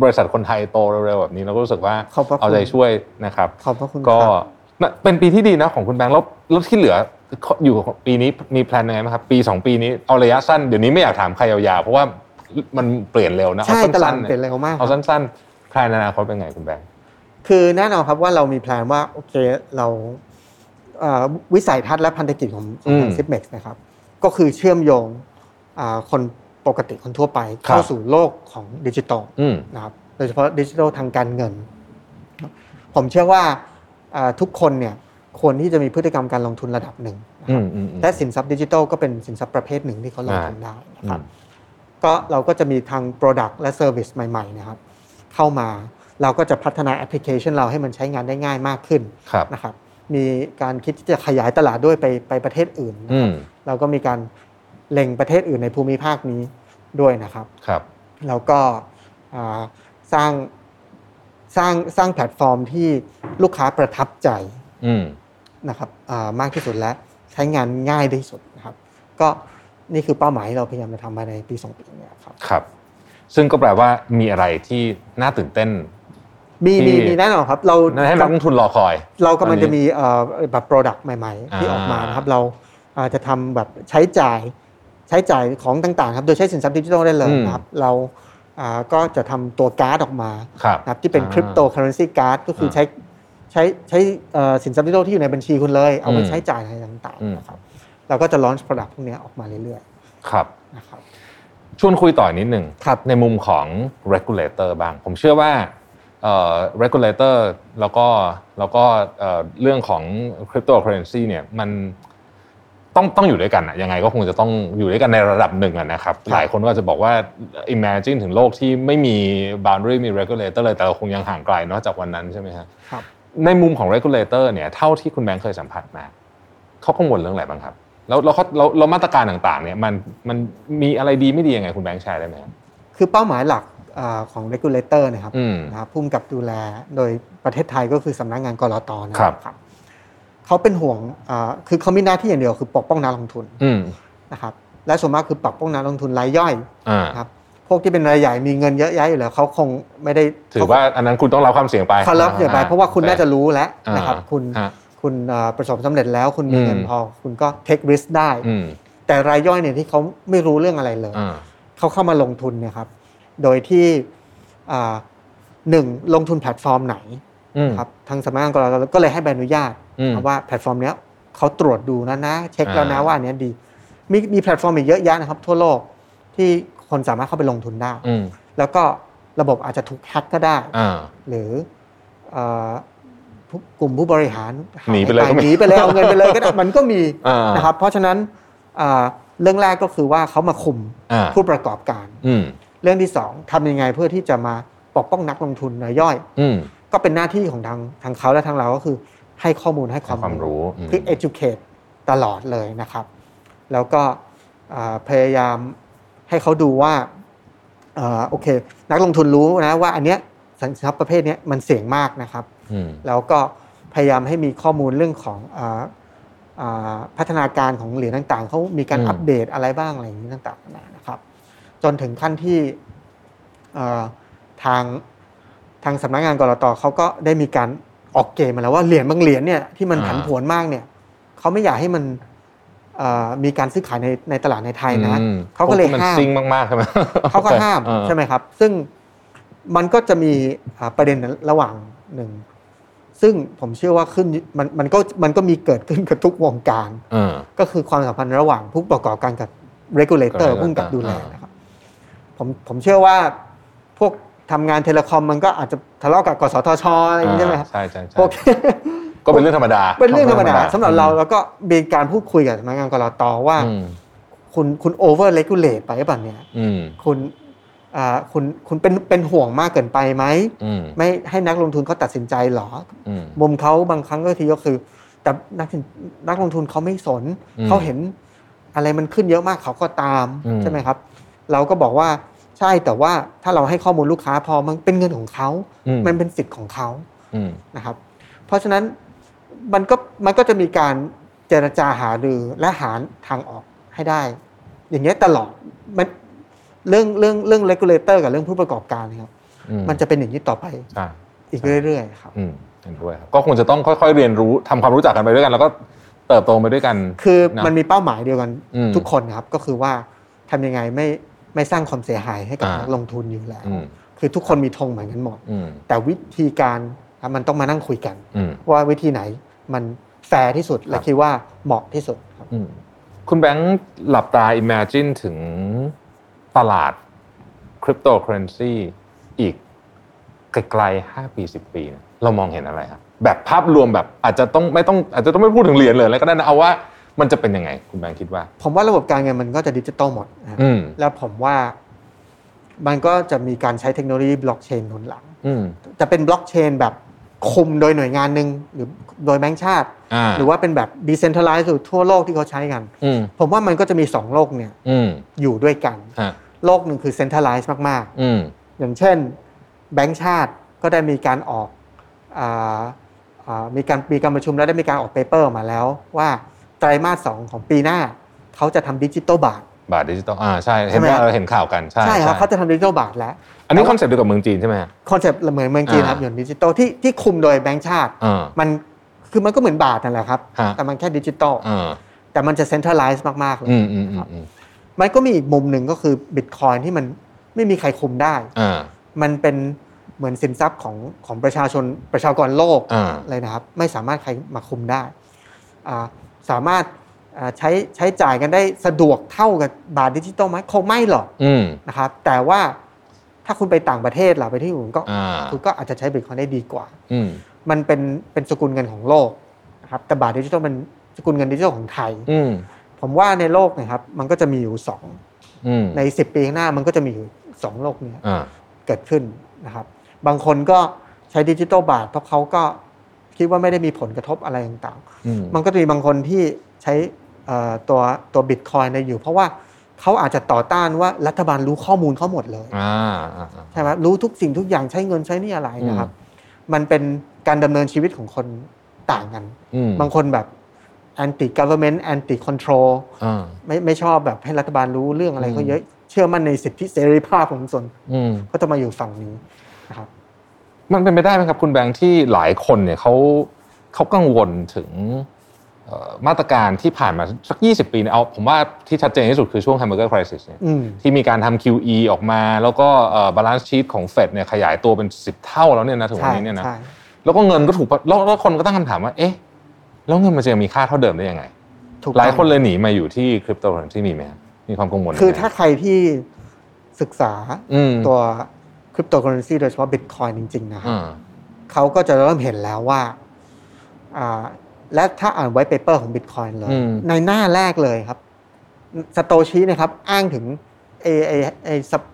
บริษัทคนไทยโตเร็วๆแบบนี้เราก็รู้สึกว่า
ขอบพระคุณ
เอาใจช่วยนะครับ
ขอบพระคุณ
ก็
ครับ
น่ะเป็นปีที่ดีนะของคุณแบงค์แล้วแล้วที่เหลืออยู่กับปีนี้มีแพลนยังไงไหมครับ ปี 2 ปีนี้เอาระยะสั้นเดี๋ยวนี้ไม่อยากถามใครยาวๆ เพราะว่ามันเปลี่ยนเร็วนะ
ใช่
เอา
ตลา
สั้
ด
น
มัน
ๆ
เปลี่ยน
เนี่ย
เร็วมากค
เอา
รับ
สั้นๆแพลนอนาคตเป็นไงคุณแบงค์
คือแน่นอนครับว่าเรามีแพลนว่า โอเคเราเอ่อวิสัยทัศน์และพันธกิจของของทาง
อืม
ซิปเม็กซ์นะครับ ก็คือเชื่อมโยงอ่าคนปกติคนทั่วไป
ครับ
เข้าสู่โลกของดิจิตอล
อืม
นะครับโดยเฉพาะดิจิทัลทางการเงิน ผมเชื่อว่าเอ่อทุกคนเนี่ยควรที่จะมีพฤติกรรมการลงทุนระดับหนึ่งนะค
อื
รับ
มอืมอืม
และสินทรัพย์ดิจิทัลก็เป็นสินทรัพย์ประเภทหนึ่งที่เขาลงทุนได้นะครับ
อืม
ก็เราก็จะมีทาง Product และ Service ใหม่ๆนะครับเข้ามาเราก็จะพัฒนาแอปพลิเคชันเราให้มันใช้งานได้ง่ายมากขึ้น
ครับ
นะครับมีการคิดที่จะขยายตลาดด้วยไปไปประเทศอื่นนะ
อื
ครับ
ม
เราก็มีการเล็งประเทศอื่นในภูมิภาคนี้ด้วยนะครับ
ครับ
แล้วก็อ่าสร้างสร้างสร้างแพลตฟอร์มที่ลูกค้าประทับใจ
อืม
นะครับอ่ามากที่สุดและใช้งานง่ายที่สุดนะครับ ก็นี่คือเป้าหมายที่เราพยายามจะทำภายในปี 2 ปีเนี้ครับ
ครับ ซึ่งก็แปลว่ามีอะไรที่น่าตื่นเต้น
มี
ที่
มีมีแน่นอนครับเรา
ให้นักลงทุนรอคอย
เรากำลังจะมีเอ่อแบบ Product ใหม่ ๆ ที่
อ่า
ออกมานะครับเราอาจจะทำแบบใช้จ่ายใช้จ่ายของต่างๆครับโดยใช้สินทรัพย์ดิจิทัลได้เลยนะครับเราอ่าก็จะทำตัวการ์ดออกมา
ครับ
นะครับที่เป็น
อ่า
คริปโตเคอเรนซีการ์ดก็คือ
อ่า
ใช้ใช้ใช้เอ่อสินทรัพย์ดิจิทัลที่อยู่ในบัญชีคุณเลย เอาไป
อืม
ใช้จ่ายอะไรต่าง
อืม
ๆนะครับเราก็จะลอนช์ product พวกเนี้ยออกมาเรื่อย
ครับ
ๆนะครับ
ชวนคุยต่ออีกนิดหนึ่ง
ครับ
ในมุมของ regulator บ้าง ผมเชื่อว่าเอ่อ regulator แล้วก็แล้วก็เอ่อเรื่องของ cryptocurrency เนี่ยมันต้องต้องอยู่ด้วยกันอะยังไงก็คงจะต้องอยู่ด้วยกันในระดับหนึ่งอะนะครับ หลายคนก็อาจจะบอกว่า imagine ถึงโลกที่ไม่มี boundary มี regulator เลยแต่เราคงยังห่างไกลเนาะจากวันนั้นใช่ไหมฮะ
ครับ
ในมุมของ regulator เนี่ยเท่าที่คุณแบงค์เคยสัมผัสมาเขากังวลเรื่องอะไรบ้างครับ แล้วแล้วเขาแล้วแล้วมาตรการต่างๆเนี่ยมันมันมีอะไรดีไม่ดียังไงคุณแบงค์แชร์ได้ไหมครับ
คือเป้าหมายหลักเอ่อของ regulator นะครับ
อืม
นะครับพุ่มกับดูแลโดยประเทศไทยก็คือสำนักงานกรอตนะ
ค
ค
รั
รับ บครับเขาเป็นห่วงเอ่อคือเขามีหน้าที่อย่างเดียวคือปกป้องนักลงทุน
อืม
นะครับและส่วนมากคือปกป้องนักลงทุนรายย่อย
อ่า
นะครับพวกที่เป็นรายใหญ่มีเงินเยอะแยะอยู่แล้วเขาคงไม่ได้
ถือว่าอันนั้นคุณต้องรับความเสี่ยงไป
เขารับอย่างไปเพราะว่าคุณน่าจะรู้แล้ว
อ่า
นะครับคุณ
ฮะ
คุณเอ่อประสบความสำเร็จแล้ว คุณมี
อืม
เงินพอคุณก็เทค i ิสได้
อืม
แต่รายย่อยเนี่ยที่เขาไม่รู้เรื่องอะไรเลย
อ่า
เขาเข้ามาลงทุนเนี่ยครับโดยที่อ่าหนึ่งลงทุนแพลตฟอร์มไหน
อืม
ครับทางสำนักงานกรตก็เลยให้ใบอนุญาต
อืม
ครับว่าแพลตฟอร์มเนี้ยเขาตรวจดูนะนะ เช็คแล้วนะ
อ่า
ว่าอันเนี้ยดีมีมีแพลตฟอร์มอีกเยอะแยะนะครับ ทั่วโลกที่คนสามารถเข้าไปลงทุนได้
อืม
แล้วก็ระบบอาจจะถูกแฮ็กก็ได้
อ่า
หรือเอ่อผู้กลุ่มผู้บริหาร
หนีไปเลยก็มี
หนีไปเลยเอาเงินไปเลย ก็ได้มันก็มี
อ่าน
นะครับเพราะฉะนั้นเอ่อเรื่องแรกก็คือว่าเขามาคุม
อ่า
ผู้ประกอบการ
อืม
เรื่องที่สองทำยังไงเพื่อที่จะมาปกป้องนักลงทุนรายย่อย
อืม
ก็เป็นหน้าที่ของทางทางเขาและทางเราก็คือให้ข้อมูลให้ค
ให้
วาม
ความ
รู้
รู้ม
คือ educate ตลอดเลยนะครับ แล้วก็เอ่อพยายามให้เขาดูว่าเอ่อโอเค นักลงทุนรู้นะว่าอันเนี้ยสินทรัพย์ประเภทเนี้ยมันเสี่ยงมากนะครับ
อืม
แล้วก็พยายามให้มีข้อมูลเรื่องของเอ่อเอ่อพัฒนาการของเหรียญต่างๆ เขามีการอัปเดตอะไรบ้างอะไรอย่างนี้ต่างๆนานานะครับ จนถึงขั้นที่เอ่อทางทางสำนักงานกรตเขาก็ได้มีการออกเกณฑ์มาแล้วว่าเหรียญบางเหรียญเนี่ยที่มันผันผวนมากเนี่ยเขาไม่อยากให้มันเอ่อมีการซื้อขายในในตลาดในไทยนะ
อืม
เขาก็เลย
พวมัน
ห้าม
ซิ่งมากๆใช่ไหม
เขาก็ห้าม
อ่
ใช่ไหมครับ ซึ่งมันก็จะมีอ่าประเด็นระหว่างหนึ่ง ซึ่งผมเชื่อว่าขึ้นมันมันก็มันก็มีเกิดขึ้นกับทุกวงการ
อ่า
ก็คือความสัมพันธ์ระหว่างผู้ประกอบการกับ
regulator
regulator ผู้กำกับดูแล
อ่าน
นะครับผมผมเชื่อว่าพวกทำงานเทเลคอมมันก็อาจจะทะเลาะกับกสทชอะไรอย่างนี้ใช่ไหมครับ
ใช่ใช่ใช่
พวก
ก ก็เป็นเรื่องธรรมดา
เป็นเรื่องธรรมดาสำหรับเราแล้วก็มีการพูดคุยกับสำนักงานกรตว่า
อืม
คุณคุณโอเวอร์เลกูเลตไปหรือเปล่าเนี่ย
อืม
คุณอ่าคุณคุณเป็นเป็นห่วงมากเกินไปไหม
อืม
ไม่ให้นักลงทุนเขาตัดสินใจเหรอ
อืม
มุมเขาบางครั้งก็ทีก็คือ แต่นักสินนักลงทุนเขาไม่สน
อืม
เขาเห็นอะไรมันขึ้นเยอะมากเขาก็ตาม
อืม
ใช่ไหมครับ เราก็บอกว่าใช่แต่ว่าถ้าเราให้ข้อมูลลูกค้าพอมันเป็นเงินของเขา
อืม
มันเป็นสิทธิ์ของเขา
อืม
นะครับเพราะฉะนั้นมันก็มันก็จะมีการเจรจาหารือและหาทางออกให้ได้ อย่างเงี้ยตลอดมันเรื่องเรื่องเรื่อง regulator กับเรื่องผู้ประกอบการนะครับ
อื
มันจะเป็นอย่างนี้ต่อไป
ใช่
อีกเรื่อยๆครับ
อืมเห็นด้วยครับก็คงจะต้องค่อยๆเรียนรู้ทำความรู้จักกันไปด้วยกัน แล้วก็เติบโตไปด้วยกัน
คือ
นะ
มันมีเป้าหมายเดียวกัน
อืม
ทุกคนนะครับก็คือว่าทำยังไงไม่ไม่สร้างความเสียหายให้กับ
อ่านั
นักลงทุนอยู่แล้ว
อืม
คือทุกคนมีธงเหมือนกันหมด
อืม
แต่วิธีการครับมันต้องมานั่งคุยกัน
อืม
ว่าวิธีไหนมันแฟร์ที่สุดและ
ครับ
คิดว่าเหมาะที่สุดครับ
อืมคุณแบงค์หลับตา imagine ถึงตลาดคริปโตเคอเรนซีอีกไกลๆ5 ปี 10 ปีนะเรามองเห็นอะไรครับแบบภาพรวมแบบอาจจะต้องไม่ต้องอาจจะต้องไม่พูดถึงเหรียญเลยแล้วก็ได้นะเอาว่ามันจะเป็นยังไง คุณแบงค์คิดว่า
ผมว่าระบบการเงินมันก็จะดิจิตอลหมดนะ
อืม
แล้วผมว่ามันก็จะมีการใช้เทคโนโลยีบล็อกเชนหนุนหลัง
อืม
จะเป็นบล็อกเชนแบบคุมโดยหน่วยงานหนึ่งหรือโดยแบงก์ชาติ
อ่า
หรือว่าเป็นแบบดิเซนทัลไลซ์อยู่ทั่วโลกที่เขาใช้กัน
อืม
ผมว่ามันก็จะมี 2 โลกเนี่ย
อืม
อยู่ด้วยกัน
ฮะ
โลกหนึ่งคือเซนทัลไลซ์มาก
อืม
ๆ อย่างเช่นแบงก์ชาติก็ได้มีการออกอาอ่ามีการมีการประชุมแล้วได้มีการออกเปเปอร์มาแล้วว่าไตรมาสสองของปีหน้าเขาจะทำดิจิตอลบาท
บาทดิจิตอลอ่าใช่
ใช่
เห็น
ไหม
ว่าเราเห็นข่าวกันใช่
ใช่ครับเขาจะทำดิจิทัลบาทแล้ว
อันนี้คอนเซ็ปต์เดียวกับเมืองจีนใช่ไหมฮะ
คอนเซ็ปต์เหมือนเมืองจีน
อ่า
ครับอย่างดิจิทัลที่ที่คุมโดยแบงก์ชาติ
อ่า
มันคือมันก็เหมือนบาทนั่นแหละครับ
ฮะ
แต่มันแค่ดิจิตอล
อ่า
แต่มันจะเซ็นทรัลไลซ์มาก ๆ เลย
อืมอืมอืมอืม
มันก็มีอีกมุมหนึ่งก็คือบิตคอยที่มันไม่มีใครคุมได้
อ่า
มันเป็นเหมือนสินทรัพย์ของของประชาชนประชากรโลก
อ่า
เลยนะครับ ไม่สามารถใครมาคุมได้อ่าสามารถอ่าใช้ใช้จ่ายกันได้สะดวกเท่ากับบาทดิจิตอลไหมคงไม่หรอก
อืม
นะครับแต่ว่าถ้าคุณไปต่างประเทศล่ะไปที่อื่นก็
อ่า
คุณก็อาจจะใช้บิตคอยนได้ดีกว่า
อืม
มันเป็นเป็นสกุลเงินของโลกนะครับแต่บาทดิจิทัลเป็นสกุลเงินดิจิทัลของไทย
อืม
ผมว่าในโลกนะครับมันก็จะมีอยู่
อืม
2 ใน 10 ปีข้างหน้ามันก็จะมีอยู่ 2 โลกเนี้
อ่า
เกิดขึ้นนะครับบางคนก็ใช้ดิจิทัลบาทเพราะเขาก็คิดว่าไม่ได้มีผลกระทบอะไรต่าง
อืม
ๆ มันก็จะมีบางคนที่ใช้เอ่อตัวตัวบิตคอยน์อยู่ เพราะว่าเขาอาจจะต่อต้านว่ารัฐบาลรู้ข้อมูลเขาหมดเลย
อ่าอ่าอ่า
ใช่ไหมรู้ทุกสิ่งทุกอย่างใช้เงินใช้หนี่อะไรนะครับ มันเป็นการดำเนินชีวิตของคนต่างกัน
อืม
บางคนแบบ anti government anti control
อ่า
ไม่ไม่ชอบแบบให้รัฐบาลรู้เรื่องอะไรเขาเยอะเชื่อมั่นในสิทธิเสรีภาพของส่วน
อืม
ก็จะมาอยู่ฝั่งนี้นะครับ
มันเป็นไปได้ไหมครับ คุณแบงค์ที่หลายคนเนี่ยเขาเขากังวลถึงเอ่อมาตรการที่ผ่านมาสัก 20 ปีเนี่ยเอาผมว่าที่ชัดเจนที่สุดคือช่วง Hamburger Crisis เนี่ย
อืม
ที่มีการทำ QE ออกมา แล้วก็บาลานซ์ชีตของเฟดเนี่ยขยายตัวเป็น 10 เท่าแล้วเนี่ยนะถึงวันนี้เนี่ยนะ
ใช่
แล้วก็เงินก็ถูกแล้วแล้วคนก็ตั้งคำถามว่า เอ๊ะ แล้วเงินมันจะมีค่าเท่าเดิมได้ยังไง
ถูก
หลาย
ต้อง
คนเลยหนีมาอยู่ที่คริปโตเคอเรนซีมีไหมครับมีความกังวล
คือ
ไหม
ถ้าใครที่ศึกษา
อืม
ตัวคริปโตเคอเรนซีโดยเฉพาะบิตคอยจริง ๆ นะครับ
อ่า
เขาก็จะเริ่มเห็นแล้วว่าอ่า และถ้าอ่านไว้เปเปอร์ของบิตคอยน์เลย ในหน้าแรกเลยครับ สโตชีนะครับ อ้างถึงไอไอไอ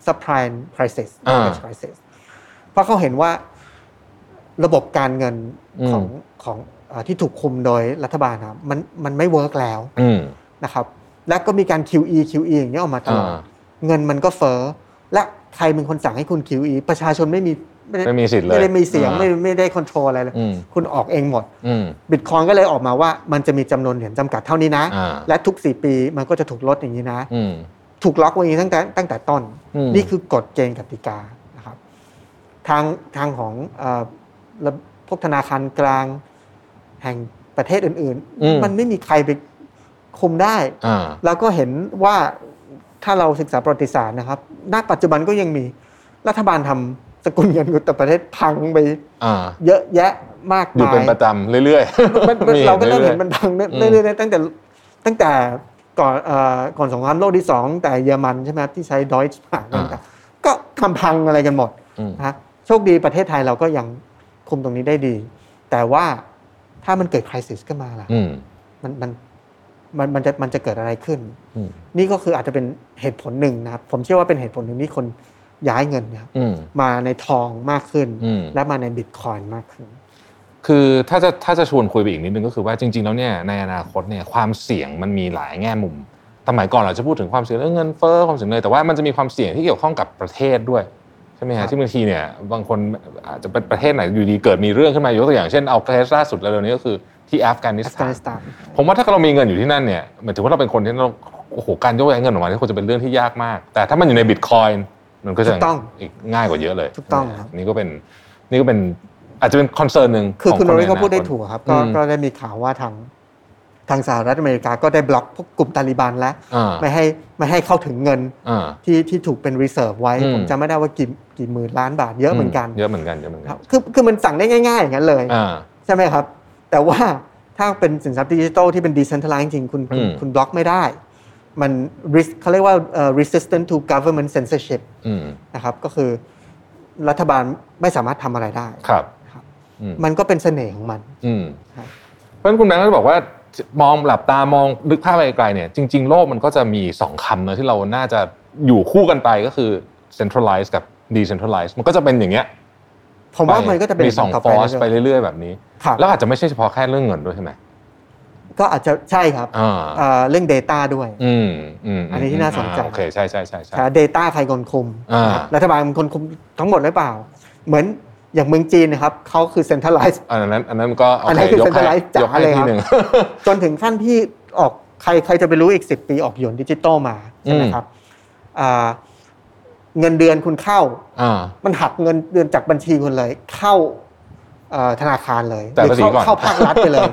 ซับไพรม์คริสิสคริสิสเพราะเขาเห็นว่าระบบการเงินของของอาที่ถูกคุมโดยรัฐบาลนะครับมันมันไม่เวิร์กแล้ว
อืม
นะครับ และก็มีการ QE QE อย่างเงี้ยออกมาตล
อ่า
อดเงินมันก็เฟ้อและใครเป็นคนสั่งให้คุณ QE ประชาชนไม่มีไม่ได้
ไม่มีสิทธิ์เลย
ไม่ได้มีเสียง
อ่า
ไม่ไม่ได้คอนโทรลอะไรเลย
อืม
คุณออกเองหมด
อืม
บิตคอยก็เลยออกมาว่ามันจะมีจำนวนเหรียญจำกัดเท่านี้นะ
อ่า
และทุก 4 ปีมันก็จะถูกลดอย่างนี้นะ
อืม
ถูกล็อกไว้อย่างนี้ตั้งแต่ตั้งแต่ต้น
อืม
นี่คือกฎเกณฑ์กติกานะครับทางทางของเอ่อระพวกธนาคารกลางแห่งประเทศอื่น
อืม
มันไม่มีใครไปคุมได้
อ่า
แล้วก็เห็นว่าถ้าเราศึกษาประวัติศาสตร์นะครับณปัจจุบันก็ยังมีรัฐบาลทำสกุลเงินของแต่ประเทศพังไป
อ่า
เยอะแยะมาก
อยู่
มา
เป็น
ย
ประจำเรื่อยๆ
มันมัน
มี
เราก็เริ่มเห็น
รื่
มั
อย
นพังเรื่อย
อืม
เรื่อยๆตั้งแต่ตั้งแต่ก่อนเอ่อก่อนสงครามโลกที่สองแต่เยอรมันใช่ไหมครับที่ใช้ดอยส์ผ่านต่างๆก็ทำพังอะไรกันหมด
ๆอืม
นะฮะโชคดีประเทศไทยเราก็ยังคุมตรงนี้ได้ดี แต่ว่า ถ้ามันเกิด crisis ขึ้นมาล่ะ
อืม
มันมันมันมันจะมันจะเกิดอะไรขึ้น
อืม
นี่ก็คืออาจจะเป็นเหตุผลหนึ่งนะครับ ผมเชื่อว่าเป็นเหตุผลหนึ่งที่คนย้ายเงินเนะครับ
อืม
มาในทองมากขึ้น
อืม
และมาในบิตคอยน์มากขึ้น
คือถ้าจะถ้าจะชวนคุยไปอีกนิดนึงก็คือว่าจริง ๆ แล้วเนี่ยในอนาคตเนี่ยความเสี่ยงมันมีหลายแง่มุมสมัยก่อนเราจะพูดถึงความเสี่ยงเรื่องเงินเฟ้อความเสี่ยงเลยแต่ว่ามันจะมีความเสี่ยงที่เกี่ยวข้องกับประเทศด้วยใช่ไหม
ครั
ฮะ
บ
ที่บางทีเนี่ยบางคนอาจจะเป็นประเทศไหนอยู่ดีเกิดมีเรื่องขึ้นมายกตัวอย่างเช่นเอาเคสล่าสุดเร็วๆนี้ก็คือที่อัฟกานิส
อั
ถาก
ฟาน นิสถาน
ผมว่าถ้าเรามีเงินอยู่ที่นั่นเนี่ยหมายถึงว่าเราเป็นคนที่เราโอ้โหการยกย้ายเงินออกมาเนี่ยควรจะเป็นเรื่องที่ยากมาก แต่ถ้ามันอยู่ในบิตคอยน์มันก็จะ
ถูกต้อง
กง่ายกว่าเยอะเลย
ถูกต้องครับ
นี่ก็เป็นนี่ก็เป็นอาจจะเป็น concern หนึ่ง
คือ
ของ
คุณ
น
โร
ใน
ริก็พูดได้
อนาคต
ถูกครับก็
อืม
ก็ได้มีข่าวว่าทางทางสหรัฐอเมริกาก็ได้บล็อกพวกกลุ่มตาลิบันแล้ว
อ่า
ไม่ให้ไม่ให้เข้าถึงเงิน
อ่า
ที่ที่ถูกเป็น reserve ไว้
อืม
ผมจำไม่ได้ว่ากี่กี่หมื่นล้านบาทเยอะเหมือนกัน
เยอะเหมือนกันเยอะเหมือน
ค
กั
รับคือคือมันสั่งได้ง่ายๆ อย่างนั้นเลย
อ่า
ใช่ไหมครับ แต่ว่าถ้าเป็นสินทรัพย์ดิจิทัลที่เป็น decentralized จริงๆคุณคุณ
อืม
คุณบล็อกไม่ได้ มัน risk เขาเรียกว่าเอ่อ resistant to government censorship
อืม
นะครับก็คือรัฐบาลไม่สามารถทำอะไรได้
ครับ
ครับ
อืม
มันก็เป็นเสน่ห์ของมัน
อืม
ครับ
เพราะฉะนั้นคุณแบงค์ก็จะบอกว่ามองหลับตามองลึกภาพไปไกลๆเนี่ยจริง ๆ โลกมันก็จะมีสองคำนะที่เราน่าจะอยู่คู่กันไปก็คือ centralize กับ decentralize มันก็จะเป็นอย่างเงี้ย
ผมว่ามันก็จะเป็น
มีสอง
ต่
ฟอร์ส
เรื่ยๆ
ไปเรื่อย ๆ แบบนี้
ครับ
แล้วอาจจะไม่ใช่เฉพาะแค่เรื่องเงินด้วยใช่ไหม
ก็อาจจะใช่ครับ
อ่า
เอ่อเรื่อง Data ด้วย
อืมอืม
อันนี้ที่น่าสนใจ
อ่โอเคใช่ใช่ใช่ใช่
แต่ Data ใครคนคุม
อ่า
ครับรัฐบาลเป็นคนคุมทั้งหมดหรือเปล่า เหมือนอย่างเมืองจีนนะครับเขาคือ centralized
อันนั้นอันนั้นก็
อันนั้นคือย
กให้
centralized จ๋าย
กให้
เลยค
ที
รับ
ห นึ่ง
จนถึงขั้นที่ออกใครใครจะไปรู้อีก 10 ปีออกหยวนดิจิตอลมาใช่ไหม
อืม
ครับอ่าเงินเดือนคุณเข้า
อ่า
มันหักเงินเดือนจากบัญชีคุณเลย เข้าเอ่อธนาคารเลย
แต่
หรื
ภาษี
เข้า
ก่อน
เข้าภาครัฐไปเลย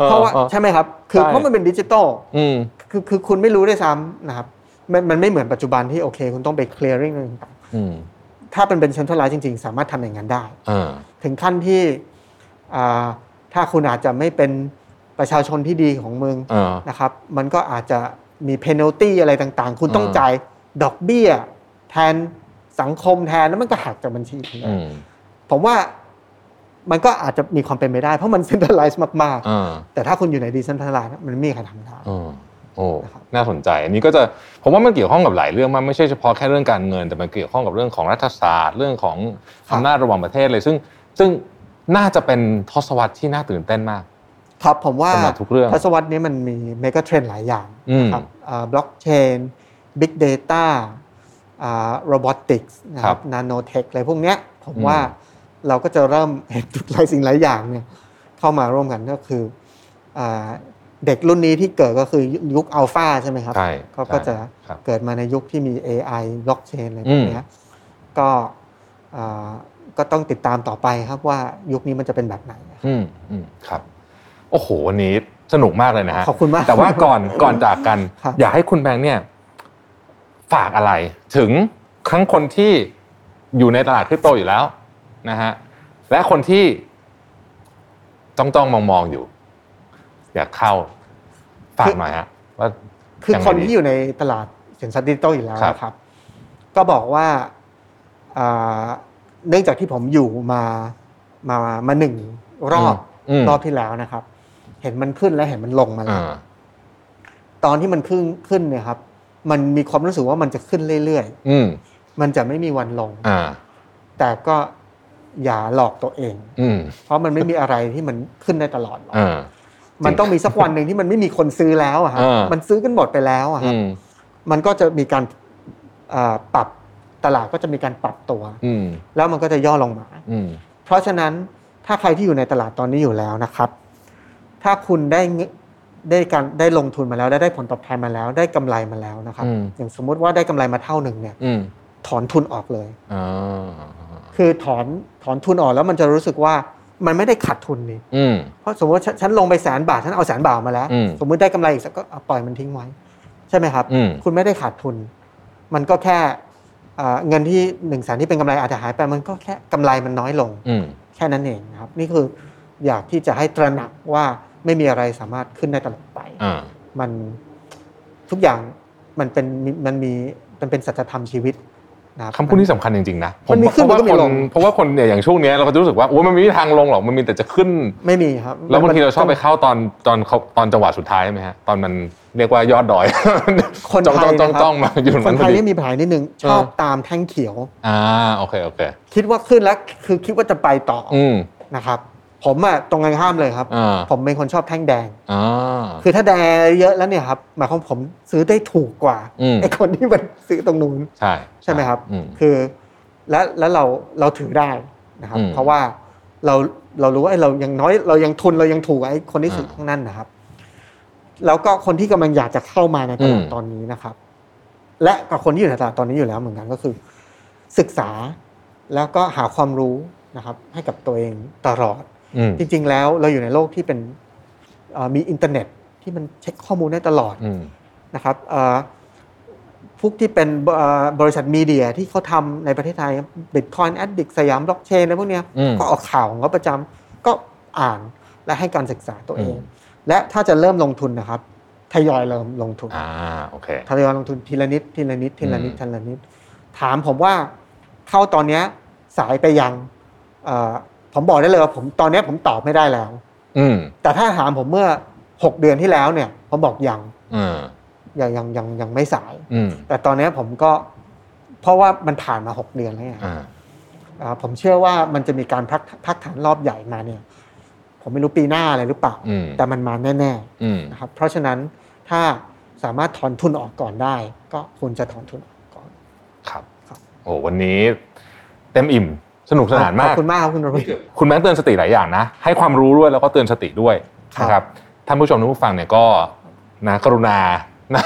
ออ
เพราะว่า
ออ
ใช่ไหมครับ คือ
ใช่
เพราะมันเป็นดิจิตอล
อืม
คือคือคุณไม่รู้ด้วยซ้ำนะครับมันมันไม่เหมือนปัจจุบันที่โอเค คุณต้องไป clearing เรื่องต่าง
อืม
ๆถ้าเป็นเป็นชั้นทลายจริง ๆ สามารถทำอย่างนั้นได้
อ่า
ถึงขั้นที่อ่าถ้าคุณอาจจะไม่เป็นประชาชนที่ดีของเมือง
อ่า
นะครับมันก็อาจจะมีเพน a ลตี้อะไรต่างๆ คุณต้อง
อ่า
จ่ายดอกเบี้ย แทนสังคมแทนแล้วมันก็หักจากบัญชีคุณ
อืม
ผมว่ามันก็อาจจะมีความเป็นไปได้ เพราะมันเซ็นทรัลไลซ์มาก
อ่า
ๆ แต่ถ้าคุณอยู่ในดีเซ็นทรัลไลซ์มันไม่มีใครทำได้
อ่าโอ้
นะครับ
น่าสนใจอันนี้ก็จะผมว่ามันเกี่ยวข้องกับหลายเรื่องมากไม่ใช่เฉพาะแค่เรื่องการเงิน แต่มันเกี่ยวข้องกับเรื่องของรัฐศาสตร์ เรื่องของอำนาจระหว่างประเทศเลย ซึ่งซึ่งน่าจะเป็นทศวรรษที่น่าตื่นเต้นมาก
ครับผมว่า
สำหรับทุกเรื่อง
ทศวรรษนี้มันมีเมกะเทรนหลายอย่าง
อืม
นะครับบล็อกเชนบิ๊กเดต้าโรบอติกส์นะค
ครั
รั
บบ
นาโนเทคอะไรพวกเนี้ยผม
อืม
ว่าเราก็จะเริ่มเห็นทุกหลายสิ่งหลายอย่างเนี่ยเข้ามาร่วมกันก็คืออ่าเด็กรุ่นนี้ที่เกิดก็คือยุคอัลฟาใช่ไหมครับ
ใช่
ก็ก็จะ
ครับ
เกิดมาในยุคที่มี AI บล็อกเชนอะไรพวกเนี้ยก็อ่าก็ต้องติดตามต่อไปครับว่ายุคนี้มันจะเป็นแบบไหนนะครับ
อืมอืมครับ โอ้โหวันนี้สนุกมากเลยนะฮะ
ขอบคุณมาก
แต่ว่าก่อนก่อนจากกัน
ครับ
อยากให้คุณแบงค์เนี่ยฝากอะไร ถึงทั้งคนที่อยู่ในตลาดคริปโตอยู่แล้วนะฮะและคนที่ต้องต้องมองมองๆอยู่ อยากเข้าฝากหน่อยฮะว่า
คือ
ยังไง
คน
ดี
ที่อยู่ในตลาดสินทรัพย์ดิจิทัลอยู่แล้ว
ครับ
นะครับ ก็บอกว่าอ่าเนื่องจากที่ผมอยู่มามามาหนึ่งรอบ
ม
รอบที่แล้วนะครับ เห็นมันขึ้นและเห็นมันลงมาแล้ว
อ่า
ตอนที่มันขึ้นขึ้นเนี่ยครับ มันมีความรู้สึกว่ามันจะขึ้นเรื่อย
อืม
ๆ มันจะไม่มีวันลง
อ่า
แต่ก็อย่าหลอกตัวเอง
อืม
เพราะมันไม่มีอะไรที่มันขึ้นได้ตลอดหรอก
อ่า
มันต้องมีสักวันหนึ่งที่มันไม่มีคนซื้อแล้วอะครับ
อ่ามั
มันซื้อกันหมดไปแล้วอะครับ
อืม
มันก็จะมีการเอ่อปรับตลาดก็จะมีการปรับตัว
อืม
แล้วมันก็จะย่อลงมา
อืม
เพราะฉะนั้นถ้าใครที่อยู่ในตลาดตอนนี้อยู่แล้วนะครับ ถ้าคุณได้เงินได้การได้ลงทุนมาแล้วได้ได้ผลตอบแทนมาแล้ว ได้กำไรมาแล้วนะครับ
อืม
อย่างสมมุติว่าได้กำไรมาเท่าหนึ่งเนี่ย
อืม
ถอนทุนออกเลย
อ่า
คือถอนถอนทุนออกแล้วมันจะรู้สึกว่ามันไม่ได้ขาดทุนนี่
อืม
เพราะสมมติว่าฉันฉันลงไปแสนบาทฉันเอาแสนบาทมาแล้ว
อืม
สมมติได้กำไรอีกสักก็เอาปล่อยมันทิ้งไว้ ใช่ไหมครับ
อืม
คุณไม่ได้ขาดทุน มันก็แค่เอ่อเงินที่หนึ่งแสนที่เป็นกำไรอาจจะหายไป มันก็แค่กำไรมันน้อยลง
อืม
แค่นั้นเองนะครับ นี่คืออยากที่จะให้ตระหนักว่าไม่มีอะไรสามารถขึ้นได้ตลอดไป
อ่า
มันทุกอย่างมันเป็นมันมีมันเป็นสัจธรรมชีวิต นะครับ
คำพูดนี้สำคัญจริงๆนะผ
มันมีขึ้น
เพราะว่า
มันก็มี
คน
ลง
เพราะว่าคนเนี่ยอย่างช่วงเนี้ยเราก็จะรู้สึกว่าโอ้ยมันไม่มีทางลงหรอกมันมีแต่จะขึ้น
ไม่มีครับ
แล้วบางทีเราชอบไปเข้าตอนตอนเขาตอนจังหวะสุดท้ายไหมฮะตอนมันเรียกว่ายอดดอย
คน
จ้อง
ไท
จ้
ย
องจ้อง
นะครับ
จ้องมาอยู่ตรง
ค
นั้น นพ
ไท
อยดี
นี่มีปัญหานิดนึงชอบ
เออ
ตามแท่งเขียว
อ่าโอเคโอเค
คิดว่าขึ้นแล้วคือคิดว่าจะไปต่ออ
อืม
นะครับ ผมอะตรงกันข้ามเลยครับ
อ่า
ผมเป็นคนชอบแท่งแดง
อ่า
คือถ้าแดงเยอะแล้วเนี่ยครับหมายความผมซื้อได้ถูกกว่า
อืม
ไอ้คนที่มันซื้อตรงนู้น
ใช่
ใช่ไหมครับ
อืม
คือและแล้วเราเราถือได้นะครับ
อืม
เพราะว่าเราเรารู้ว่าไอ้เรายังน้อยเรายังทุนเรายังถูกไอ้คนที่สุด
อ่า
ข้างนั่นนะครับ แล้วก็คนที่กำลังอยากจะเข้ามาในตลาด
อืม
ตอนนี้นะครับ และกับคนที่อยู่ในตลาดตอนนี้อยู่แล้วเหมือนกันก็คือ ศึกษาแล้วก็หาความรู้นะครับ ให้กับตัวเองตลอด
อืม
จริง ๆ แล้วเราอยู่ในโลกที่เป็นเอ่อมีอินเทอร์เน็ตที่มันเช็คข้อมูลได้ตลอด
อืม
นะครับเอ่อพวกที่เป็นเอ่อบริษัทมีเดียที่เขาทำในประเทศไทยบิตคอยน์แอดดิกสยามบล็อกเชนอะไรพวกเนี้ย
อืม
ก็ออกข่าวของเขาประจำก็อ่านและให้การศึกษาตัวเอง
อืม
และถ้าจะเริ่มลงทุนนะครับทยอยเริ่มลงทุน
อ่าโอเค
ทยอยลงทุนทีละนิดทีละนิดทีละนิด
อืม
ทีละนิด ถามผมว่าเข้าตอนเนี้ยสายไปยังเอ่อผมบอกได้เลยว่าผมตอนเนี้ยผมตอบไม่ได้แล้ว
อืม
แต่ถ้าถามผมเมื่อหกเดือนที่แล้วเนี่ยผมบอกยัง
อ่า
ยังยังยังยังไม่สาย
อืม
แต่ตอนเนี้ยผมก็เพราะว่ามันผ่านมา 6 เดือนแล้วไง
อ่า
อ่าผมเชื่อว่ามันจะมีการพักพักฐานรอบใหญ่มาเนี่ย ผมไม่รู้ปีหน้าอะไรหรือเปล่า
อืม
แต่มันมาแน่
อืม
ๆนะครับเพราะฉะนั้นถ้าสามารถถอนทุนออกก่อนได้ ก็ควรจะถอนทุนออกก่อน
ครับ
ครับ
โอ้วันนี้เต็มอิ่มสนุกสนานมา
ข
ก
อบคุณมากครับคุณรวิทย์
คุณแบงค์เตือนสติหลายอย่างนะ ให้ความรู้ด้วยแล้วก็เตือนสติด้วย
ครับ
นะครับท่านผู้ชมท่านผู้ฟังเนี่ยก็นะกรุณา นะ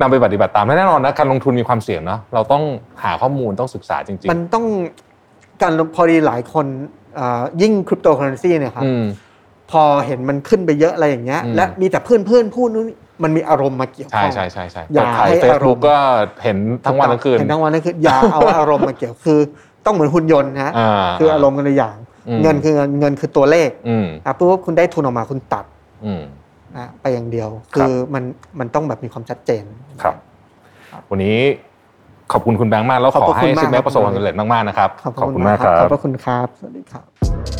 นำไปปฏิบัติตามและแน่นอนนะการลงทุนมีความเสี่ยงเนาะเราต้องหาข้อมูลต้องศึกษาจริง
มันต้องการลงพอดีหลายคนอ่ายิ่งคริปโตเคอเรนซีเนี่ยค
ๆ
รับ
อืม
พอเห็นมันขึ้นไปเยอะอะไรอย่างเงี้ย
อืม
และมีแต่เพื่อนเพื่อนๆพูดนู้นมันมีอารมณ์มาเกี่ยวข้
ใช่
อง
ใช่ใช่ใช่
อย่า
ถ่าย
ให้
เฟซ
อาร
บุ๊
ม
ก
ณ์
ก็เห็นทั้งวันทั้งคืน
เห็นทั้งวันทั้งคืนอย่าเอาอารมณ์มาเกี่ยวคือต้องเหมือนหุ่นยนต์นะฮะ
อ่า
คืออารมณ์กันละอย่าง
อืม
เงินคือเงินเงินคือตัวเลข
อืม
อ่ะปุ๊บคุณได้ทุนออกมาคุณตัด
อืม
นะไปอย่างเดียว
ครับ
คือมันมันต้องแบบมีความชัดเจน
ครับ วันนี้ขอบคุณคุณแบงค์มากแล้วข
ข
อ
อบพระคุ
ให้
ณมาก
ซิมแม็ก
ครับ
ประสบความสำเร็จมากๆนะครับ
ขอบคุณมากครับขอบพระคุณครับสวัสดีครับ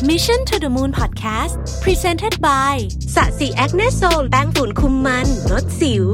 Mission to the Moon Podcast Presented by
สะสีแอคเนโซแป้งฝุ่นคุมมันลดสิว